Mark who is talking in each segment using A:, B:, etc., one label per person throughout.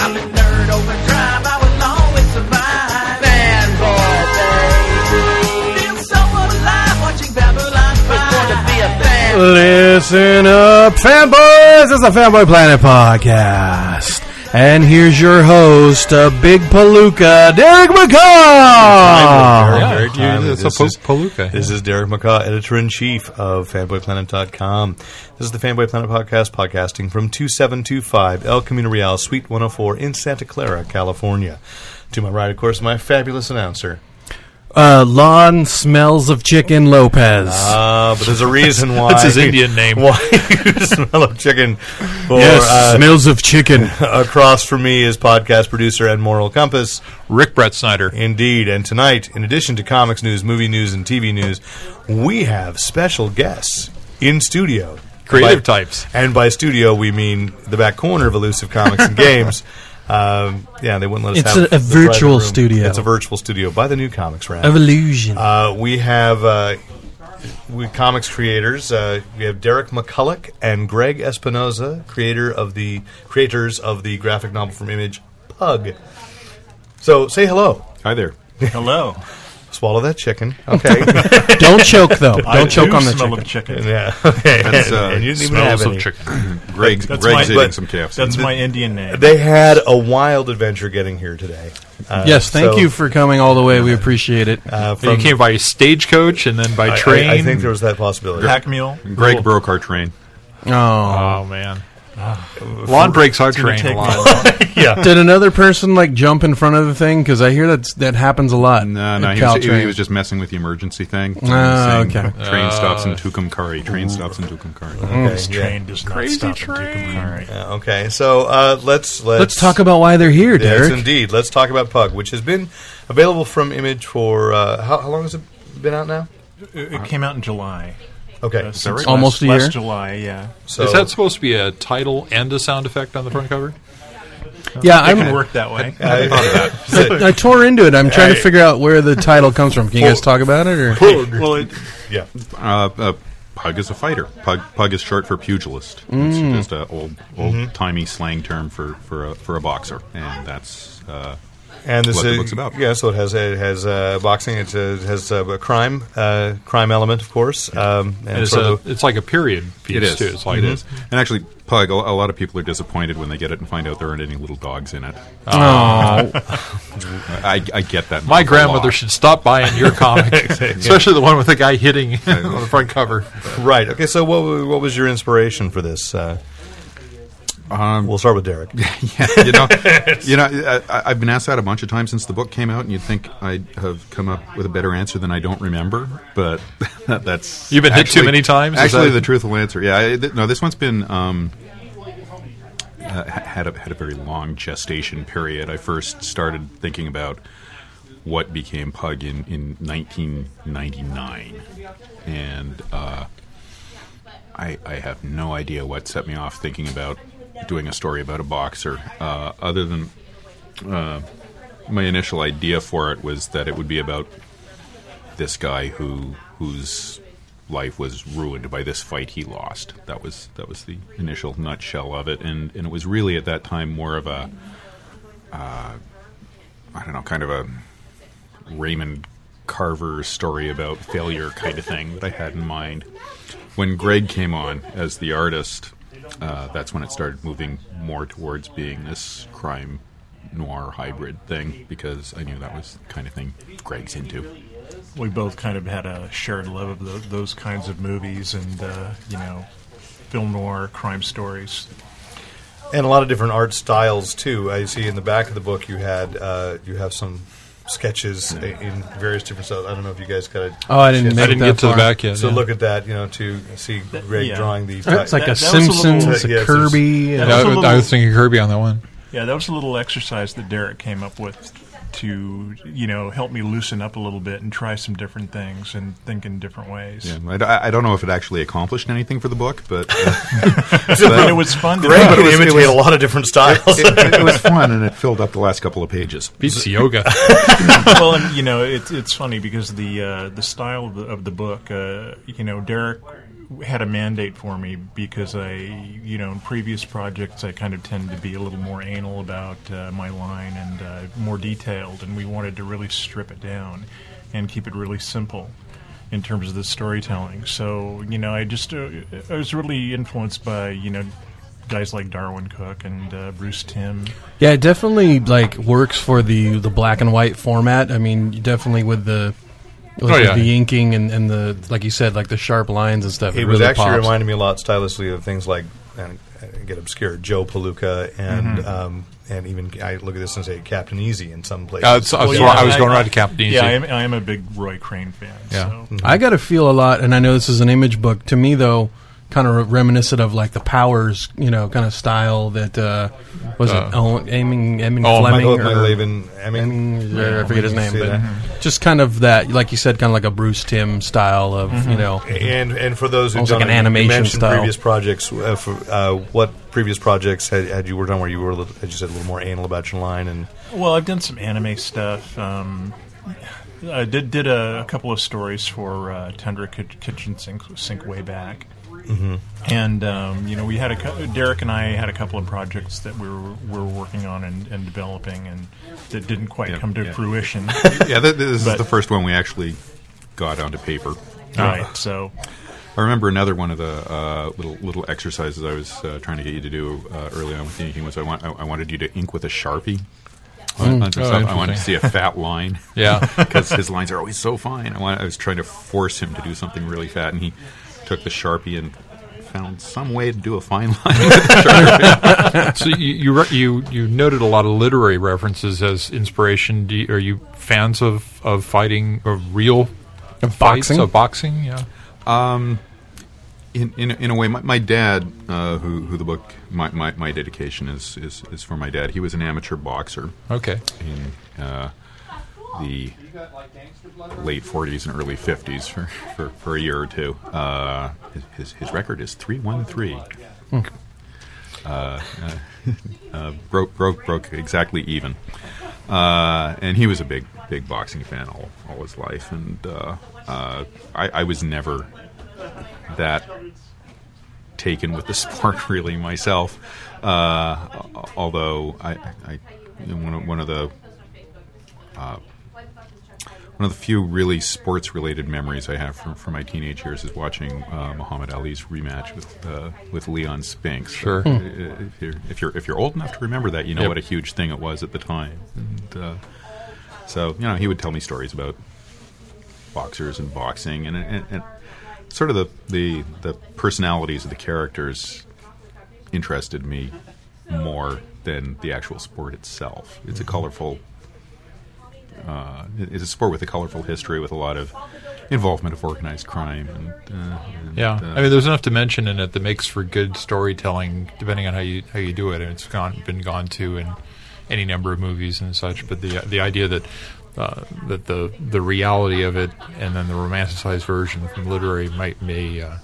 A: I'm a nerd overdrive. I will always survive. Fanboy, baby. Feel so alive watching Babylon 5. It's going to be a fan.
B: Listen up, fanboys! It's the Fanboy Planet Podcast. And here's your host, a big palooka, Derek
C: Yeah, Uh-huh.
B: McCall!
C: Derek, you-
D: This
C: it's a
D: is-
C: po- palooka.
D: This is Derek McCaw, editor in chief of fanboyplanet.com. This is the Fanboy Planet podcast, podcasting from 2725 El Camino Real, Suite 104 in Santa Clara, California. To my right, of course, my fabulous announcer.
B: Uh, lawn smells of chicken Lopez.
D: Uh, but there's a reason why.
C: That's his Indian name.
D: Why you smell of chicken. For,
B: yes,
D: uh,
B: smells of chicken.
D: across from me is podcast producer and moral compass,
C: Rick Brett Snyder.
D: Indeed. And tonight, in addition to comics news, movie news, and TV news, we have special guests in studio.
C: Creative
D: By-
C: types.
D: And by studio, we mean the back corner of Elusive Comics and Games. Um, yeah, they wouldn't let us
B: It's
D: have
B: a- a
D: the private
B: virtual
D: room.
B: studio.
D: It's a virtual studio by the new comics round.
B: illusion.
D: Uh, we have uh, we comics creators. Uh, we have Derek McCulloch and Greg Espinoza, creator of the creators of the graphic novel from Image, Pug. So say hello. Hi there.
E: Hello.
D: Swallow that chicken. Okay.
B: Don't choke, though. Don't choke
E: do
B: on the
E: smell
B: chicken.
E: of chicken.
D: yeah. Okay.
F: That's, uh,
D: and you didn't even
C: Smells
D: have
C: of
D: any.
C: chicken.
F: Greg's,
E: That's
F: Greg's
E: my-
F: eating
D: but-
F: some calves.
E: That's my Indian name.
D: They had a wild adventure getting here today. Uh,
B: Yes, thank
D: so,
B: you for coming all the way. We appreciate it.
D: Uh,
C: You
D: from
C: came by stagecoach and then by
D: I- I-
C: train.
D: I, think there was that possibility.
E: Pack mule.
F: Greg broke our train.
B: Oh.
C: oh man, lawn breaks our train a
E: Take me
C: lot.
E: along.
B: Did another person like jump in front of the thing? Because I hear that's, that happens a lot.
F: No, no,
B: at
F: he was,
B: Caltrain.
F: he was just messing with the emergency thing.
B: Ah,
F: Saying,
B: okay. mm-hmm.
F: Train stops
C: Uh,
F: in Tucumcari. Train stops in Tucumcari.
D: Okay,
E: This
D: yeah.
E: train does not
C: Crazy
E: stop
C: train.
E: in Tucumcari.
D: Yeah, okay. So uh, let's let's
B: Let's talk about why they're here,
D: Yes,
B: Derek.
D: indeed. Let's talk about Pug, which has been available from Image for uh, how, how long has it been out now?
E: It, it came out in July.
D: Okay,
E: Uh, since
F: right?
E: last-
B: Almost a year?
E: Last July, yeah.
D: so
C: Is that supposed to be a title and a sound effect on the front cover?
B: yeah,
E: I
B: I'm,
E: can work that way.
D: I thought of that.
B: I tore into it. I'm trying to
D: Hey.
B: figure out where the title comes from. Can you guys talk about it? Or
E: well, it,
D: yeah,
F: Uh, uh, pug is a fighter. Pug, pug is short for pugilist.
B: Mm.
F: It's just an old, old
C: Mm-hmm.
F: timey slang term for for a, for a boxer, and that's. Uh,
D: and this
F: What the
D: is
F: book's about.
D: yeah. So it has it has uh, boxing. It uh, has uh, a crime uh, crime element, of course. Um, and
C: And it's,
D: sort
C: a,
D: of the-
C: it's like a period piece
F: it is.
C: too. It's like mm-hmm.
F: it is. And actually, Pug, a, a lot of people are disappointed when they get it and find out there aren't any little dogs in it.
B: oh,
F: I, I get that.
C: My
F: a lot.
C: grandmother should stop buying your comic, especially the one with the guy hitting on the front cover.
D: right. Okay, so what wa- what was your inspiration for this? Uh,
F: Um,
D: we'll start with Derek.
F: you know, you know, I, I- I've been asked that a bunch of times since the book came out, and you'd think I'd have come up with a better answer than I don't remember. But that's
C: You've been hit too many times, is
F: Actually,
C: that-
F: the truthful answer, yeah, I, th- no, this one's been um, uh, ha- had a, had a very long gestation period. I first started thinking about what became Pug in in 1999, and. Uh, I, I have no idea what set me off thinking about doing a story about a boxer, uh, other than uh, my initial idea for it was that it would be about this guy who whose life was ruined by this fight he lost. That was that was the initial nutshell of it, and and it was really at that time more of a uh, I don't know, kind of a Raymond Carver story about failure kind of thing that I had in mind when Greg came on as the artist, uh, that's when it started moving more towards being this crime noir hybrid thing because I knew that was the kind of thing Greg's into.
E: we both kind of had a shared love of tho- those kinds of movies and, uh, you know, film noir, crime stories.
D: and a lot of different art styles too. I see in the back of the book you had uh, you have some sketches i- in various different styles. I don't know if you guys got a
B: Oh, I didn't
D: chance-
B: make
C: I didn't
B: that
C: get to the
B: far.
C: back yet.
D: So
C: yeah.
D: look at that, you know, to see Greg
E: yeah.
D: drawing these.
B: it's like a
E: That- that was a
B: Simpsons,
E: little-
B: it's a
D: Yes, it's-
B: Kirby.
E: Yeah,
B: and-
C: Yeah, I,
E: That's a
C: was- I
E: little-
C: was thinking Kirby on that one.
E: Yeah, that was a little exercise that Derek came up with to you know help me loosen up a little bit and try some different things and think in different ways.
F: Yeah, I d- I, don't know if it actually accomplished anything for the book, but, uh,
E: But it was fun. to
D: Greg
E: do.
F: but
D: can
F: it was- it
D: imitate
F: was-
D: a lot of different styles.
F: it, it- it was fun and it filled up the last couple of pages.
C: Beats yoga.
E: well, and you know, it's it's funny because the uh, the style of the, of the book, uh, you know, Derek had a mandate for me because I, you know, in previous projects I kind of tend to be a little more anal about uh, my line and uh, more detailed, and we wanted to really strip it down and keep it really simple in terms of the storytelling. So, you know, I just uh, I was really influenced by you know guys like Darwin Cook and uh, Bruce Timm.
B: Yeah, it definitely like works for the the black and white format. I mean, you definitely with the with
C: Oh, yeah.
B: the inking and, and the like you said, like the sharp lines and stuff. It,
D: It was
B: really
D: actually
B: pops.
D: reminding me a lot stylistically of things like and I get obscure Joe Palooka and
B: Mm-hmm.
D: um, and even I look at this and say Captain Easy in some places.
C: Uh, it's- I was,
E: Well, yeah,
C: I was
E: I-
C: going right to Captain Easy.
E: Yeah, I am, I am a big Roy Crane fan.
C: Yeah. Mm-hmm.
E: So.
B: I got to feel a lot, and I know this is an image book. To me, though, kind of reminiscent of like the Powers, you know, kind of style that uh, was
C: Uh,
B: it Owen, Aiming, Aiming
C: oh,
B: Fleming
D: Michael
B: or
D: Laven, I mean,
B: Fleming, or I forget his
D: I can
B: name,
D: see
B: but
D: that.
B: just kind of that, like you said, kind of like a Bruce Tim style of you know.
D: and and for those who
B: Almost
D: don't
B: like an
D: know, you- you
B: animation
D: mentioned
B: style.
D: previous projects, uh, for, uh, what previous projects had, had you worked on where you were, a little- as you said, a little more anal about your line and
E: Well, I've done some anime stuff. Um, I did did a, a couple of stories for uh, Tundra Kit- Kitchen Sink, Sink way back,
F: Mm-hmm.
E: and um, you know we had a cou- Derek and I had a couple of projects that we were, we were working on and, and developing, and that didn't quite
F: Yeah,
E: come to
F: yeah.
E: fruition.
F: Yeah, th- this is
E: But-
F: the first one we actually got onto paper.
E: right, so
F: I remember another one of the uh, little little exercises I was uh, trying to get you to do uh, early on with the inking was I, want, I, I wanted you to ink with a sharpie. On, on some
C: Oh,
F: stuff. I wanted to
C: interesting.
F: see a fat line.
C: Yeah.
F: because his lines are always so fine. I, want, I was trying to force him to do something really fat, and he took the sharpie and found some way to do a fine line.
C: so you you, re- you you noted a lot of literary references as inspiration. Do you, are you fans of, of fighting of real
B: Of
C: fights,
B: boxing?
C: of boxing? Yeah.
F: in, in, in a way, my, my dad, uh, who, who the book my, my, my dedication is, is is for my dad. He was an amateur boxer.
C: Okay.
F: in uh, the late 40s and early 50s for, for, for a year or two. Uh, his- his, his record is 313. Uh, uh, uh, broke, broke, broke exactly even. Uh, and he was a big, big boxing fan all, all his life. And uh, uh, I, I was never that taken with the sport really myself. Uh, al- although I, I one of, one of the uh, one of the few really sports related memories I have from, from my teenage years is watching uh, Muhammad Ali's rematch with uh, with Leon Spinks.
C: Sure.
F: Uh, if, you're, if you're if you're old enough to remember that, you know
C: Yep.
F: what a huge thing it was at the time. And, uh, so you know he would tell me stories about boxers and boxing and, and, and sort of the, the the personalities of the characters interested me more than the actual sport itself. It's
D: Mm-hmm.
F: a colorful uh, it's a sport with a colorful history with a lot of involvement of organized crime and, uh, and,
C: Yeah,
F: uh,
C: I mean, there's enough dimension in it that makes for good storytelling, depending on how you how you do it, and it's gone been gone to in any number of movies and such. But the the idea that uh, that the the reality of it and then the romanticized version from literary might may uh,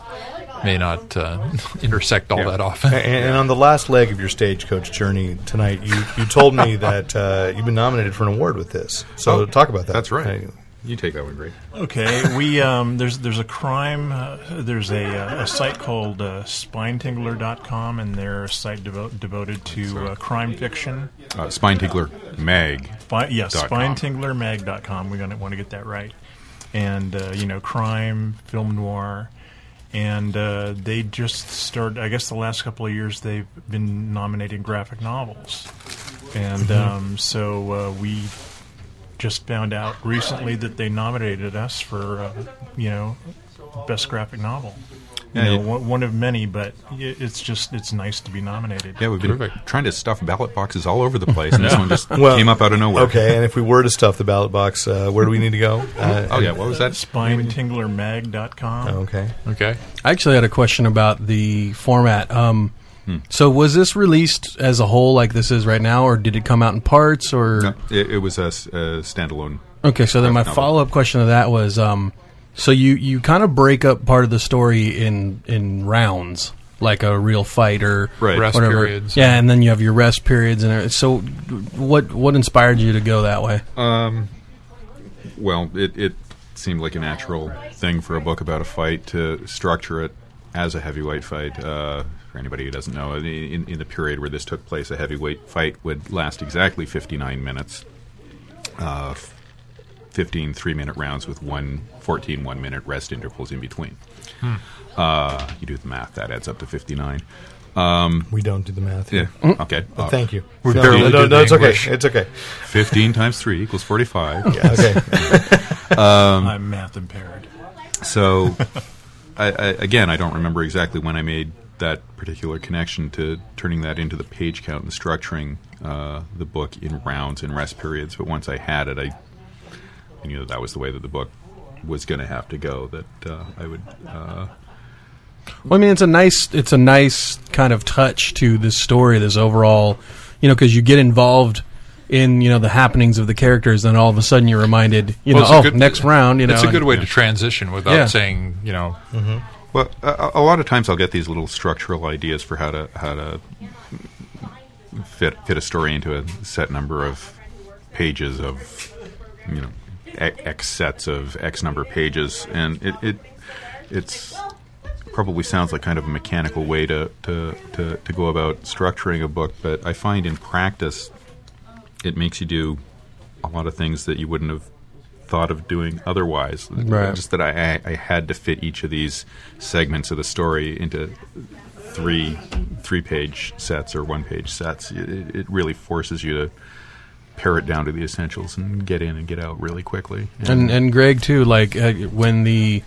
C: may not uh, intersect all
F: Yeah.
C: that often.
D: And, and on the last leg of your stagecoach journey tonight, you, you told me that uh, you've been nominated for an award with this. So
F: Oh,
D: talk about that.
F: that's right.
D: Uh,
F: you take that one, Greg.
E: Okay, we um, there's there's a crime. Uh, there's a, uh, a site called uh, SpineTingler.com, and they're a site devo- devoted to uh, crime fiction.
F: Uh, Spine Tickler Mag.
E: Fi- yes,
F: Dot com.
E: SpineTinglerMag.com. We're gonna want to get that right. And uh, you know, crime, film noir, and uh, they just started. I guess the last couple of years they've been nominating graphic novels, and
F: Mm-hmm.
E: um, so uh, we just found out recently that they nominated us for uh, you know best graphic novel.
F: Yeah,
E: you know,
F: you-
E: one, one of many, but i- it's just it's nice to be nominated.
F: Yeah, we've been
C: Terrific.
F: trying to stuff ballot boxes all over the place, and this one just
D: Well,
F: came up out of nowhere.
D: Okay, and if we were to stuff the ballot box, uh, where do we need to go? Uh,
F: Oh yeah, what was that?
E: SpineTinglerMag.com.
D: Okay.
C: Okay,
B: I actually had a question about the format. Um,
C: Hmm.
B: So was this released as a whole, like this is right now, or did it come out in parts? Or
F: No, it, it was a, s- a standalone.
B: okay, so then my
F: novel.
B: follow up question to that was, um, so you you kind of break up part of the story in in rounds, like a real fight or
F: Right.
C: Rest
B: whatever.
C: periods.
B: Yeah, and then you have your rest periods, and everything. so what what inspired you to go that way?
C: Uh,
F: Well, it, it seemed like a natural thing for a book about a fight to structure it as a heavyweight fight. Uh, for anybody who doesn't know, in, in, in the period where this took place, a heavyweight fight would last exactly 59 minutes. Uh, 15 three minute rounds with one 14 one minute rest intervals in between. Uh, you do the math, that adds up to 59.
D: We don't do the math.
F: Yeah. Okay. Uh,
D: Thank you.
F: We're
D: no,
F: barely
D: no, no,
C: good
D: no,
C: in
D: it's okay.
C: English.
D: It's okay.
F: 15 times 3 equals 45.
D: Okay.
F: Um,
E: I'm math impaired.
F: So, I, I, again, I don't remember exactly when I made that particular connection to turning that into the page count and structuring uh, the book in rounds and rest periods. But once I had it, I, I knew that that was the way that the book was going to have to go. That uh, I would. Uh,
B: Well, I mean, it's a nice, it's a nice kind of touch to this story, this overall, you know, because you get involved in you know the happenings of the characters, then all of a sudden you're reminded, you
C: Well, it's
B: know,
C: a
B: oh,
C: good-
B: next round, you know,
C: it's a
B: and-
C: good way to transition without
B: Yeah.
C: saying, you know,
F: Well, a, a lot of times I'll get these little structural ideas for how to how to fit fit a story into a set number of pages of you know e- x sets of x number of pages, and it, it it's probably sounds like kind of a mechanical way to, to, to, to go about structuring a book, but I find in practice it makes you do a lot of things that you wouldn't have thought of doing otherwise.
B: Right.
F: Just that I, I- I had to fit each of these segments of the story into three three page sets or one page sets. It, it really forces you to pare it down to the essentials and get in and get out really quickly.
B: and and Greg too, like uh, when the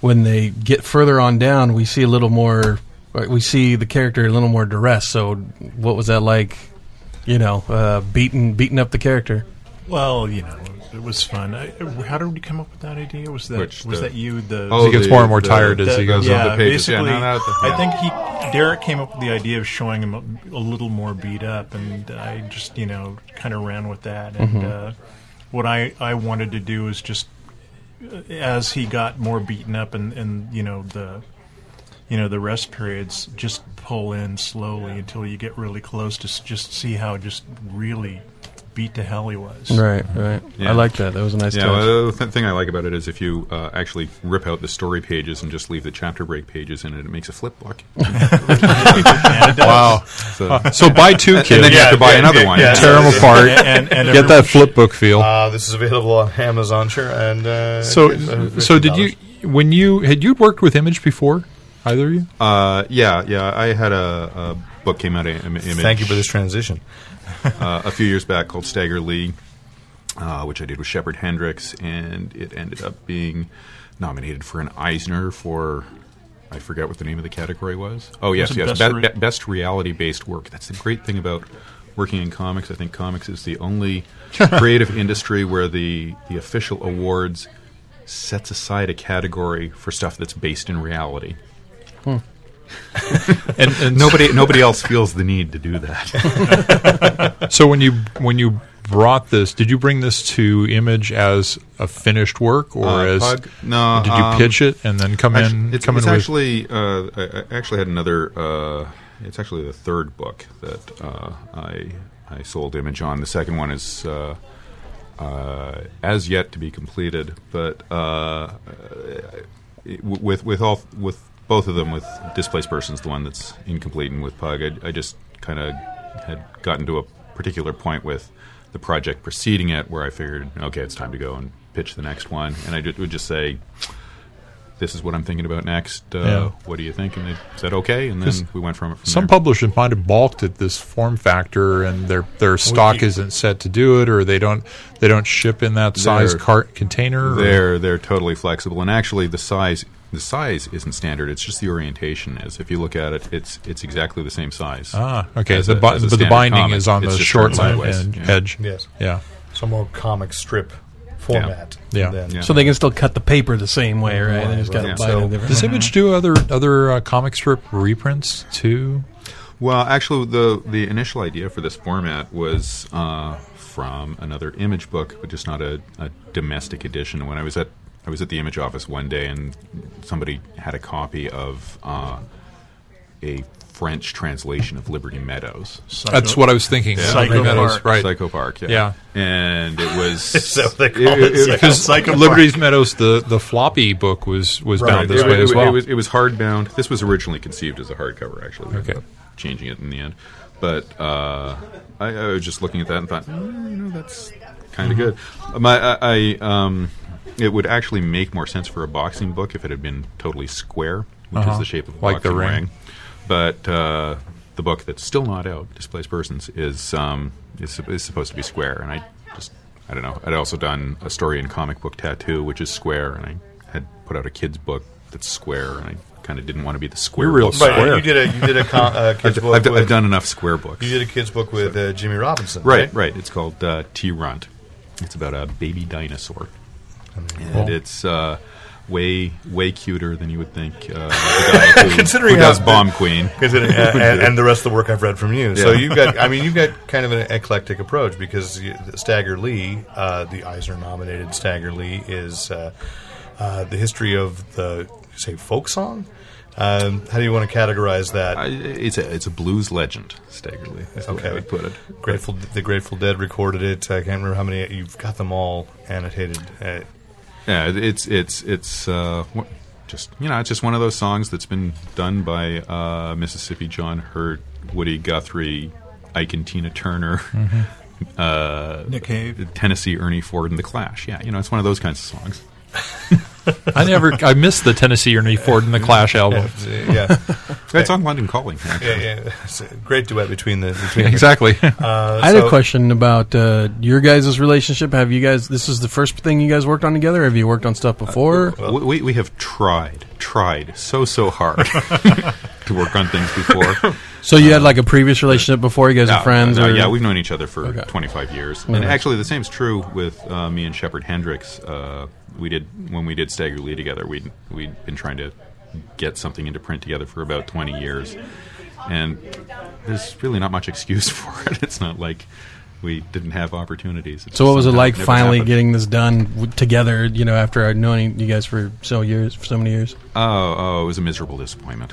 B: when they get further on down, we see a little more, uh, we see the character a little more duress. So, what was that like? You know, uh, beating beating up the character.
E: Well, you know, it was fun. I, how did we come up with that idea? Was that
F: Which
E: was
F: the-
E: that you? The
F: Oh,
C: he gets
F: the-
C: more and more
F: the-
C: tired as
E: the-
C: he goes
E: yeah,
C: on.
F: the pages. Yeah,
E: Basically,
F: no, no, the-
E: I think he Derek came up with the idea of showing him a, a little more beat up, and I just you know kind of ran with that. And uh, what I I wanted to do is just uh, as he got more beaten up, and and you know the you know the rest periods just pull in slowly until you get really close to s- just see how just really beat to hell he was.
B: Right, right.
F: Yeah.
B: I like that. That was a nice
F: Yeah,
B: touch.
F: well, the th- thing I like about it is if you uh, actually rip out the story pages and just leave the chapter break pages in it, it makes a flip book.
C: Wow.
F: So,
C: So buy two
F: and
C: kids.
F: then you have to buy another one.
E: yeah.
C: tear them apart.
E: And,
C: Get
E: and everyone-
C: that flip book feel.
D: Uh, this is available on Amazon, sure. And uh, it's, uh,
C: so, so did
D: $50.
C: you? When you had you worked with Image before? Either of you?
F: Uh, yeah, yeah. I had a, a book came out of Im- Image.
D: Thank you for this transition.
F: uh, a few years back called Stagger Lee, uh, which I did with Shepard Hendricks, and it ended up being nominated for an Eisner for. I forget what the name of the category was. Oh yes,
E: it
F: yes,
E: best
F: best,
E: re-
F: best reality-based work. That's the great thing about working in comics. I think comics is the only creative industry where the the official awards sets aside a category for stuff that's based in reality.
C: And, and
F: Nobody nobody else feels the need to do that.
C: so when you when you brought this, did you bring this to Image as a finished work or
F: Uh,
C: as?
F: Pug? No,
C: Did you
F: um,
C: pitch it and then come
F: Actu-
C: in?
F: it's,
C: come
F: it's
C: in with-
F: actually uh, I, I actually had another. Uh, it's actually the third book that uh, I I sold Image on. The second one is uh, uh, as yet to be completed, but uh, it- w- with with all with both of them with displaced persons, the one that's incomplete, and with Pug, I, I just kind of had gotten to a particular point with the project preceding it, where I figured, okay, it's time to go and pitch the next one, and I ju- would just say. This is what I'm thinking about next. Uh,
C: Yeah.
F: What do you think? And they said okay, and
C: Because
F: then we went from it. From
C: Some
F: there.
C: publishers might have balked at this form factor, and their their stock isn't set to do it, or they don't they don't ship in that size
F: They're-
C: cart container. or-
F: They're they're totally flexible, and actually the size the size isn't standard. It's just the orientation is. If you look at it, it's it's exactly the same size.
C: Ah, okay.
F: as
C: The
F: a-
C: bu-
F: as a
C: but the
F: standard
C: binding
F: comic.
C: is on
F: It's
C: the
F: just
C: short
F: turned
C: side
F: sideways.
C: and
F: Yeah.
C: edge.
D: Yes.
C: Yeah.
D: Some more comic strip format.
C: Yeah.
D: than-
F: Yeah.
B: So they can still cut the paper the same way, right? they just got to
F: right.
B: buy it in a
D: So-
B: different.
C: Does Image do other other uh, comic strip reprints too?
F: Well, actually, the the initial idea for this format was uh, from another image book, but just not a, a domestic edition. When I was at I was at the image office one day, and somebody had a copy of uh, a French translation of Liberty Meadows,
C: That's what I was thinking.
E: Psycho
C: Liberty Meadows,
E: Park.
C: right?
F: Psycho Park, yeah,
C: Yeah.
F: and it was
D: Is that what they call it?
C: Because
E: Psycho
C: Liberty's Meadows, the, the floppy book was was
F: Right,
C: bound this
F: it,
C: way
F: it-
C: as
F: it
C: well.
F: was it was hardbound. This was originally conceived as a hardcover, actually. We ended
C: Okay.
F: up changing it in the end, but uh, I, I was just looking at that and thought, "Mm, you know, that's kind of good. My, I, I um, it would actually make more sense for a boxing book if it had been totally square, which is
C: Uh-huh.
F: the shape of a
C: Like the
F: boxing
C: ring.
F: But uh, the book that's still not out, Displaced Persons, is um, is, is supposed to be square, and I just I don't know. I'd also done a story in comic book tattoo, which is square, and I had put out a kids book that's square, and I kind of didn't want to be the square.
C: You're real
F: book.
D: Right,
C: Square.
D: you did a you did a con, uh,
F: I've,
D: kids
F: d-
D: book.
F: I've d- I've
D: with,
F: done enough square books.
D: You did a kids book with uh, Jimmy Robinson,
F: Right, right. It's called uh, T Runt. It's about a baby dinosaur, and it's uh, way way cuter than you would think. Uh, the guy who,
D: Considering
F: who does
D: how-
F: Bomb Queen,
D: 'Cause it- uh, and, and the rest of the work I've read from you. So
F: Yeah.
D: you've got, I mean, you've got kind of an eclectic approach because you, Stagger Lee, uh, the Eisner-nominated Stagger Lee, is uh, uh, the history of the say folk song. Um, how do you want to categorize that?
F: I, it's a it's a blues legend. Staggerly, that's the way I
D: Okay.
F: would put it.
D: Grateful, the Grateful Dead recorded it. I can't remember how many. You've got them all annotated. Uh,
F: Yeah, it- it's it's it's uh, wha- just you know, it's just one of those songs that's been done by uh, Mississippi John Hurt, Woody Guthrie, Ike and Tina Turner,
D: Hmm.
E: Nick Cave.
F: Tennessee Ernie Ford, and The Clash. Yeah, you know, it's one of those kinds of songs.
C: I never, I missed the Tennessee Ernie Ford and the Clash album.
D: yeah,
F: That's on London Calling. Actually.
D: yeah, yeah. It's a great duet between the between the
C: Exactly.
B: I had
D: so-
B: a question about uh, your guys' relationship. Have you guys? This is the first thing you guys worked on together. Have you worked on stuff before?
F: We, we, we have tried, tried so so hard to work on things before.
B: So you had like a previous relationship before you guys
F: Yeah,
B: were friends,
F: no,
B: or
F: yeah, we've known each other for
B: Okay.
F: 25 years, and actually the same is true with uh, me and Shepard Hendricks. Uh, we did when we did Stagger Lee together. We would we'd been trying to get something into print together for about 20 years, and there's really not much excuse for it. It's not like we didn't have opportunities.
B: So what was it
F: Sometimes
B: like
F: never
B: finally
F: happened.
B: getting this done w- together? You know, after I'd known you guys for so years, for so many years.
F: Oh, oh, it was a miserable disappointment.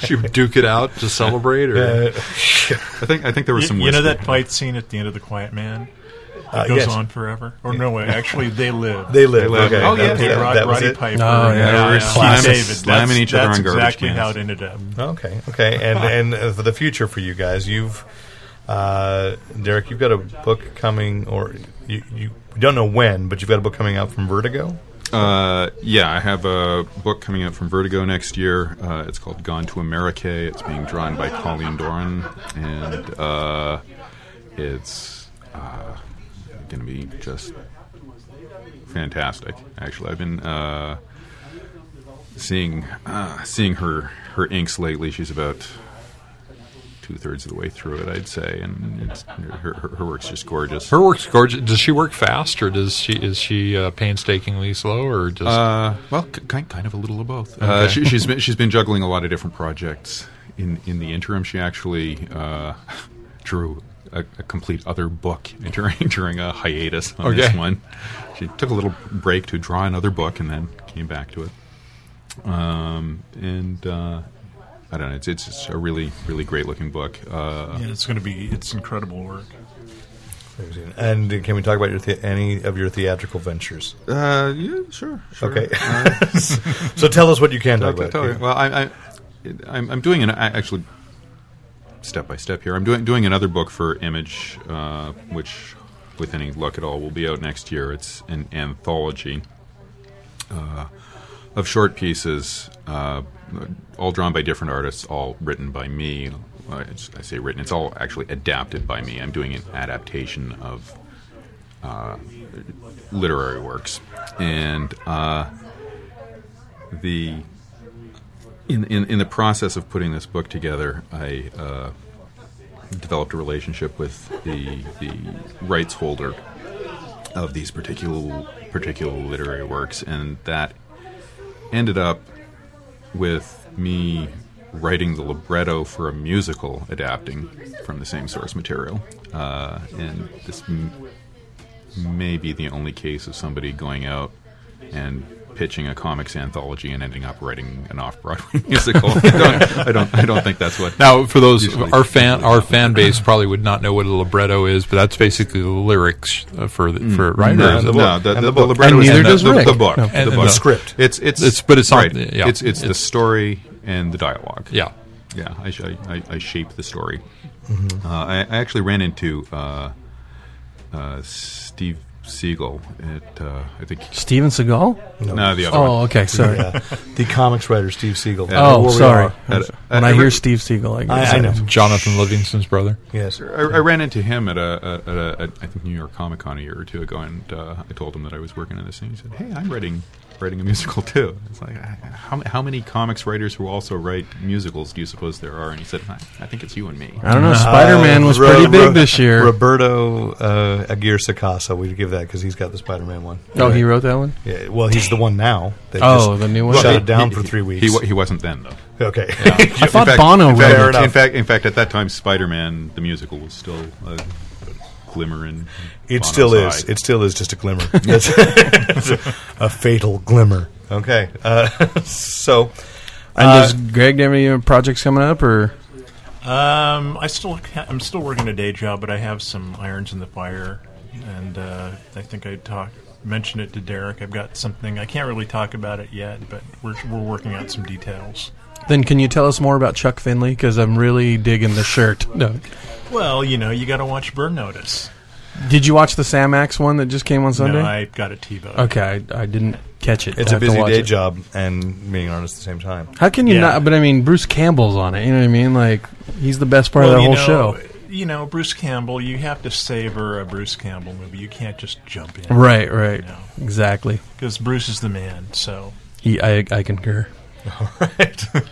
C: Should you duke it out to celebrate, or
D: uh,
F: I think I think there was
E: You,
F: some.
E: you know
F: whiskey.
E: that fight scene at the end of The Quiet Man?
D: Uh,
E: It goes
D: yes.
E: on forever. Or no, wait, actually, they live.
D: They live.
F: They live.
D: Okay.
F: Oh,
D: that,
F: yeah.
D: was-
E: Hey,
D: that-
E: Rod,
D: that was
E: Roddy
D: it.
E: Piper.
B: Oh,
E: and,
B: yeah.
E: uh,
F: They were
E: Keith
F: slamming-
E: David.
F: slamming
E: That's-
F: each other
E: that's
F: on garbage
E: exactly
F: cans.
E: how it ended up.
D: Okay, okay, and and uh, for the future for you guys, you've uh, Derek, you've got a book coming, or you, you we don't know when, but you've got a book coming out from Vertigo.
F: Uh, yeah, I have a book coming out from Vertigo next year. Uh, it's called Gone to America. It's being drawn by Colleen Doran, and uh, it's uh, going to be just fantastic. Actually, I've been uh, seeing uh, seeing her her inks lately. She's about two thirds of the way through it, I'd say, and it's, her, her her work's just gorgeous.
C: her work's gorgeous? Does she work fast, or does she is she uh, painstakingly slow, or just
F: Uh, well, k- kind kind of a little of both. Uh,
C: Okay.
F: she, she's been, she's been juggling a lot of different projects. In in the interim, she actually uh, drew a, a complete other book during during a hiatus on this
C: Okay.
F: one. She took a little break to draw another book and then came back to it. Um, and uh, I don't know. It's it's just a really really great looking book. Uh,
E: Yeah, it's going to be, it's incredible work.
D: And uh, can we talk about your the- any of your theatrical ventures?
F: uh, yeah, sure, sure.
D: Okay, so tell us what you can talk
F: Okay,
D: about.
F: totally. Well, I, I, I'm, I'm doing an I- actually step by step here. I'm doing doing another book for Image, uh, which, with any luck at all, will be out next year. It's an anthology uh, of short pieces, uh, all drawn by different artists, all written by me. I, I say written; it's all actually adapted by me. I'm doing an adaptation of uh, literary works, and uh, the in, in, in the process of putting this book together, I uh, developed a relationship with the, the rights holder of these particular particular literary works, and that ended up with me writing the libretto for a musical adapting from the same source material. Uh, and this m- may be the only case of somebody going out and pitching a comics anthology and ending up writing an off-Broadway musical. I, don't, I don't. I don't think that's what.
C: Now, for those
F: Usually-
C: our fan
F: usually
C: our fan base probably would not know what a libretto is, but that's basically the lyrics uh, for the, for
D: Mm.
C: right.
F: No,
C: Or
F: the,
C: the-
F: no, the,
D: and the
F: the, the
D: book.
F: libretto
B: And
F: is
B: neither
F: the,
B: does
F: the,
B: Rick.
F: the book,
B: No.
C: And
F: the,
C: the
F: book.
D: script.
F: It's it's
C: It's- but it's not-
F: right.
C: yeah.
F: It's it's the
C: It's-
F: story and the dialogue.
C: yeah,
F: yeah. I sh- I, I, I shape the story. Uh, I, I actually ran into uh, uh, Steve Siegel at uh, I think
B: Steven Seagal?
F: no, the other one.
B: Oh, okay, sorry.
D: Yeah. the comics writer Steve Siegel. Where
B: Oh,
D: we
B: sorry.
D: are.
F: At-
B: When
F: at
B: I hear
F: every-
B: Steve Seagal, I get
D: I, I
B: excited.
D: know.
C: Jonathan Livingston's brother.
D: Yes.
F: I, I ran into him at a, at a, at I think New York Comic Con a year or two ago, and uh, I told him that I was working on this thing. He said, "Hey, I'm writing writing a musical too." It's like, "Ah, how, how many comics writers who also write musicals do you suppose there are? And he said, "I, I think it's you and me."
B: I don't know. Spider Man was
D: Ro-
B: pretty
D: Uh, Ro-
B: big this year.
D: Roberto uh, Aguirre Sacasa, we'd give that because he's got the Spider-Man one.
B: oh, he wrote that one?
D: Yeah, Uh, well, he's the one now. They
B: Oh,
D: just
B: the new one?
D: Shut
B: Well,
D: it down
F: He-
D: for
F: he-
D: three
F: He,
D: weeks.
F: wa- he wasn't then though.
D: okay.
B: I thought
F: fact-
B: Bono
F: in
B: wrote
F: fact,
D: it.
F: in fact, in fact, at that time, Spider-Man the musical was still a glimmer in.
D: it
F: Bono's
D: still is.
F: eye.
D: It still is just a glimmer. It's, it's a, a fatal glimmer. Okay. Uh, so
B: And does Greg have any uh, projects coming up? or
D: Uh.
E: Um, I still ha- I'm still working a day job, but I have some irons in the fire, and uh, I think I talked mentioned it to Derek. I've got something I can't really talk about it yet, but we're we're working out some details.
B: Then can you tell us more about Chuck Finley? Because I'm really digging the shirt. No.
E: Well, you know, you got to watch Burn Notice.
B: Did you watch the Sam Axe one that just came on Sunday?
E: No, I got a TiVo.
B: okay, I, I didn't catch it. I
D: it's a
B: have to
D: busy
B: watch
D: day
B: it.
D: job and being honest at the same time.
B: How can you
E: Yeah.
B: not? But I mean, Bruce Campbell's on it. You know what I mean? Like he's the best part of
E: Well,
B: the
E: you
B: whole
E: know, uh,
B: show.
E: You know, Bruce Campbell. You have to savor a Bruce Campbell movie. You can't just jump in,
B: Right, right,
E: No.
B: exactly.
E: Because Bruce is the man. So
B: He, I, I concur.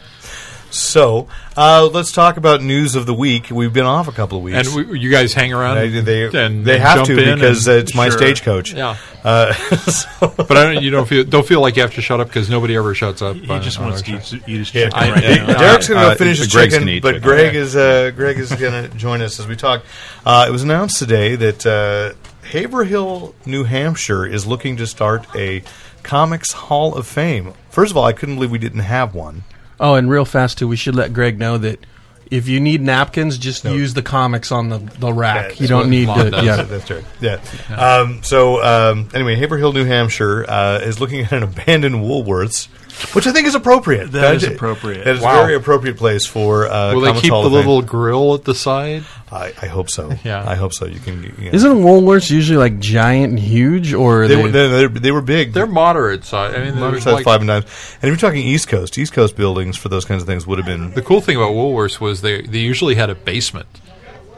D: So uh, let's talk about news of the week. We've been off a couple of weeks.
C: And we, you guys hang around.
D: They- they-
C: and
D: they
C: and
D: have
C: jump
D: to
C: in
D: because,
C: and-
D: uh, it's my stagecoach.
C: Yeah,
D: uh, so-
C: but I don't, you don't feel don't feel like you have to shut up because nobody ever shuts up. Uh,
E: he
C: on-
E: just
C: on
E: wants
C: our
E: to
C: show.
E: eat, eat his
D: Yeah.
E: chicken
C: I-
E: right
C: yeah.
E: now.
D: Derek's going to
F: Uh,
D: go finish his
F: Greg's
D: chicken,
F: gonna eat
D: but
F: chicken.
D: Greg
C: Yeah.
D: is uh, Greg is going to join us as we talk. Uh, it was announced today that uh, Haverhill, New Hampshire, is looking to start a comics Hall of Fame. First of all, I couldn't believe we didn't have one.
B: Oh, and real fast too. We should let Greg know that if you need napkins, just use the comics on the, the rack.
D: Yeah,
B: you
D: that's
B: don't
D: what
B: need
C: Lon
B: to.
C: does.
B: Yeah,
D: That's- that's right. Yeah. Um, so um, anyway, Haverhill, New Hampshire, uh, is looking at an abandoned Woolworths, which I think is appropriate.
E: That is appropriate.
D: That is
C: Wow.
D: a very appropriate place for uh,
C: Will they
D: comics
C: keep
D: Hall
C: the
D: of Fame.
C: little grill at the side?
D: I, I hope so.
C: Yeah.
D: I hope so. You can. You know.
B: isn't Woolworths usually like giant and huge, or are
D: they,
B: they-
D: were, they, they, they were big.
C: They're moderate size. I mean, they're
D: Mother size
C: like-
D: five and nine. And if you're talking East Coast, East Coast buildings for those kinds of things would have been
C: The cool thing about Woolworths was they they usually had a basement.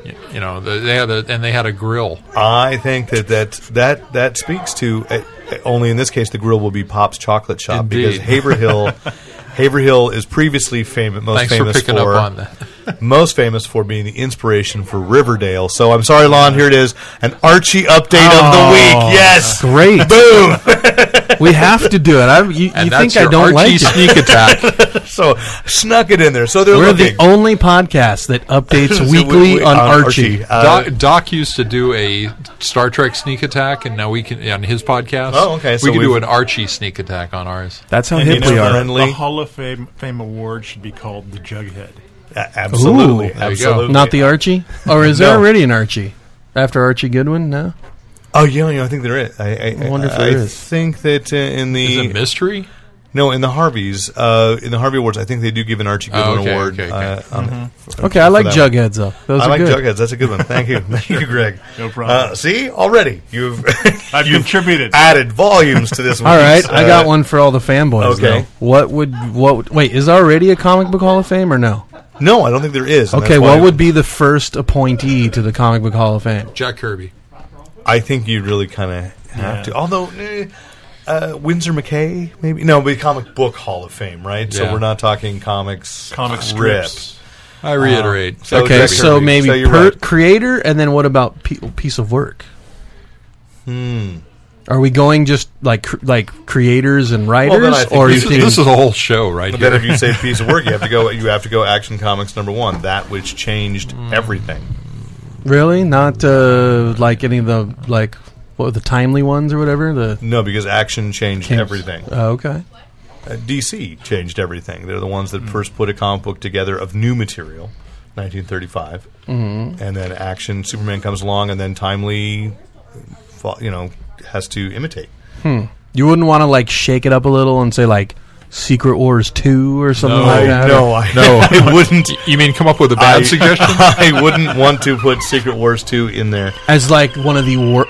C: You, you know, the, they had a, and they had a grill.
D: I think that that that that speaks to uh, only in this case the grill will be Pop's Chocolate Shop because
C: Indeed.
D: Haverhill Haverhill is previously famous most
C: Thanks for
D: famous
C: picking up on
D: that. most famous for being the inspiration for Riverdale. So I'm sorry Lon, here it is, an Archie update
C: Oh,
D: of the week. Yes.
B: Oh, great?
D: Boom!
B: we have to do it. I, you you
C: And that's
B: think I
C: your
B: don't
C: Archie
B: like it?
C: sneak attack.
D: so snuck it in there. So they're
B: We're
D: looking.
B: the only podcast that updates
D: So we-
B: weekly
D: we-
B: on
D: on
B: Archie.
D: Archie. Uh,
C: Doc, Doc used to do a Star Trek sneak attack, and now we can on his podcast.
D: Oh, okay, so
C: we can do
D: we've-
C: an Archie sneak attack on ours.
B: That's how
E: And you
B: hip
E: know,
B: we
E: the-
B: are.
D: Friendly.
E: The Hall of Fame, Fame Award should be called the Jughead.
D: A- absolutely,
B: Ooh.
C: There you go.
D: absolutely.
B: Not the Archie, or is there
D: No.
B: already an Archie after Archie Goodwin? No.
D: Oh yeah, yeah, I think there is. I, I
B: I wonder if
D: I,
B: there is.
D: think that uh, in
C: Is
D: the
C: it mystery?
D: no in the Harveys uh, in the Harvey Awards, I think they do give an Archie
C: Oh,
D: Goodwin
C: okay,
D: Award.
C: okay,
D: Uh,
C: okay.
D: on it for- for
B: Mm-hmm. Okay, I like
D: that one.
B: Jugheads though. Those
D: I
B: are
D: like
B: good.
D: Jugheads. That's a good one. Thank you, thank you, Greg.
E: No problem.
D: Uh, see, already you've
E: I've contributed.
D: added volumes to this.
B: All right,
D: week's,
B: I got
D: uh,
B: one for all the fanboys.
D: okay.
B: though. What would what? would- Wait, is there already a comic book Hall of Fame or no?
D: No, I don't think there is. and
B: Okay,
D: that's
B: what
D: why
B: would be the first appointee to the comic book Hall of Fame?
C: Jack Kirby.
D: I think you really kind of have
E: Yeah.
D: to? Although. eh, uh, Windsor McKay, maybe no, but comic book Hall of Fame, right? So
C: Yeah.
D: we're not talking comics,
E: Comic
D: rips.
E: strips.
C: I reiterate.
D: Oh, so
B: Okay,
D: Jack
B: so
D: Kirby.
B: maybe
D: So you're
B: per
D: right. Hmm.
B: creator, and then what about pe- piece of work? Are we going just like cr- like creators and writers,
D: then I think
B: or
D: we
B: you
C: This,
D: should-
B: think
C: this is a whole show right
D: But then if
C: here.
D: you say piece of work, you have to go. You have to go Action Comics number one, that which changed everything.
B: really not uh, like any of the like what were the timely ones or whatever? The
D: No, because Action changed everything.
B: Oh, okay,
D: Uh, DC changed everything. They're the ones that first put a comic book together of new material, 1935, mm-hmm. and then Action Superman comes along, and then Timely, fo- you know, has to imitate.
B: you wouldn't want to like shake it up a little and say like Secret Wars two or something like that.
D: I
C: No.
D: I wouldn't.
C: you mean come up with a bad
D: I-
C: suggestion?
D: I wouldn't want to put Secret Wars two in there.
B: as like one of the war.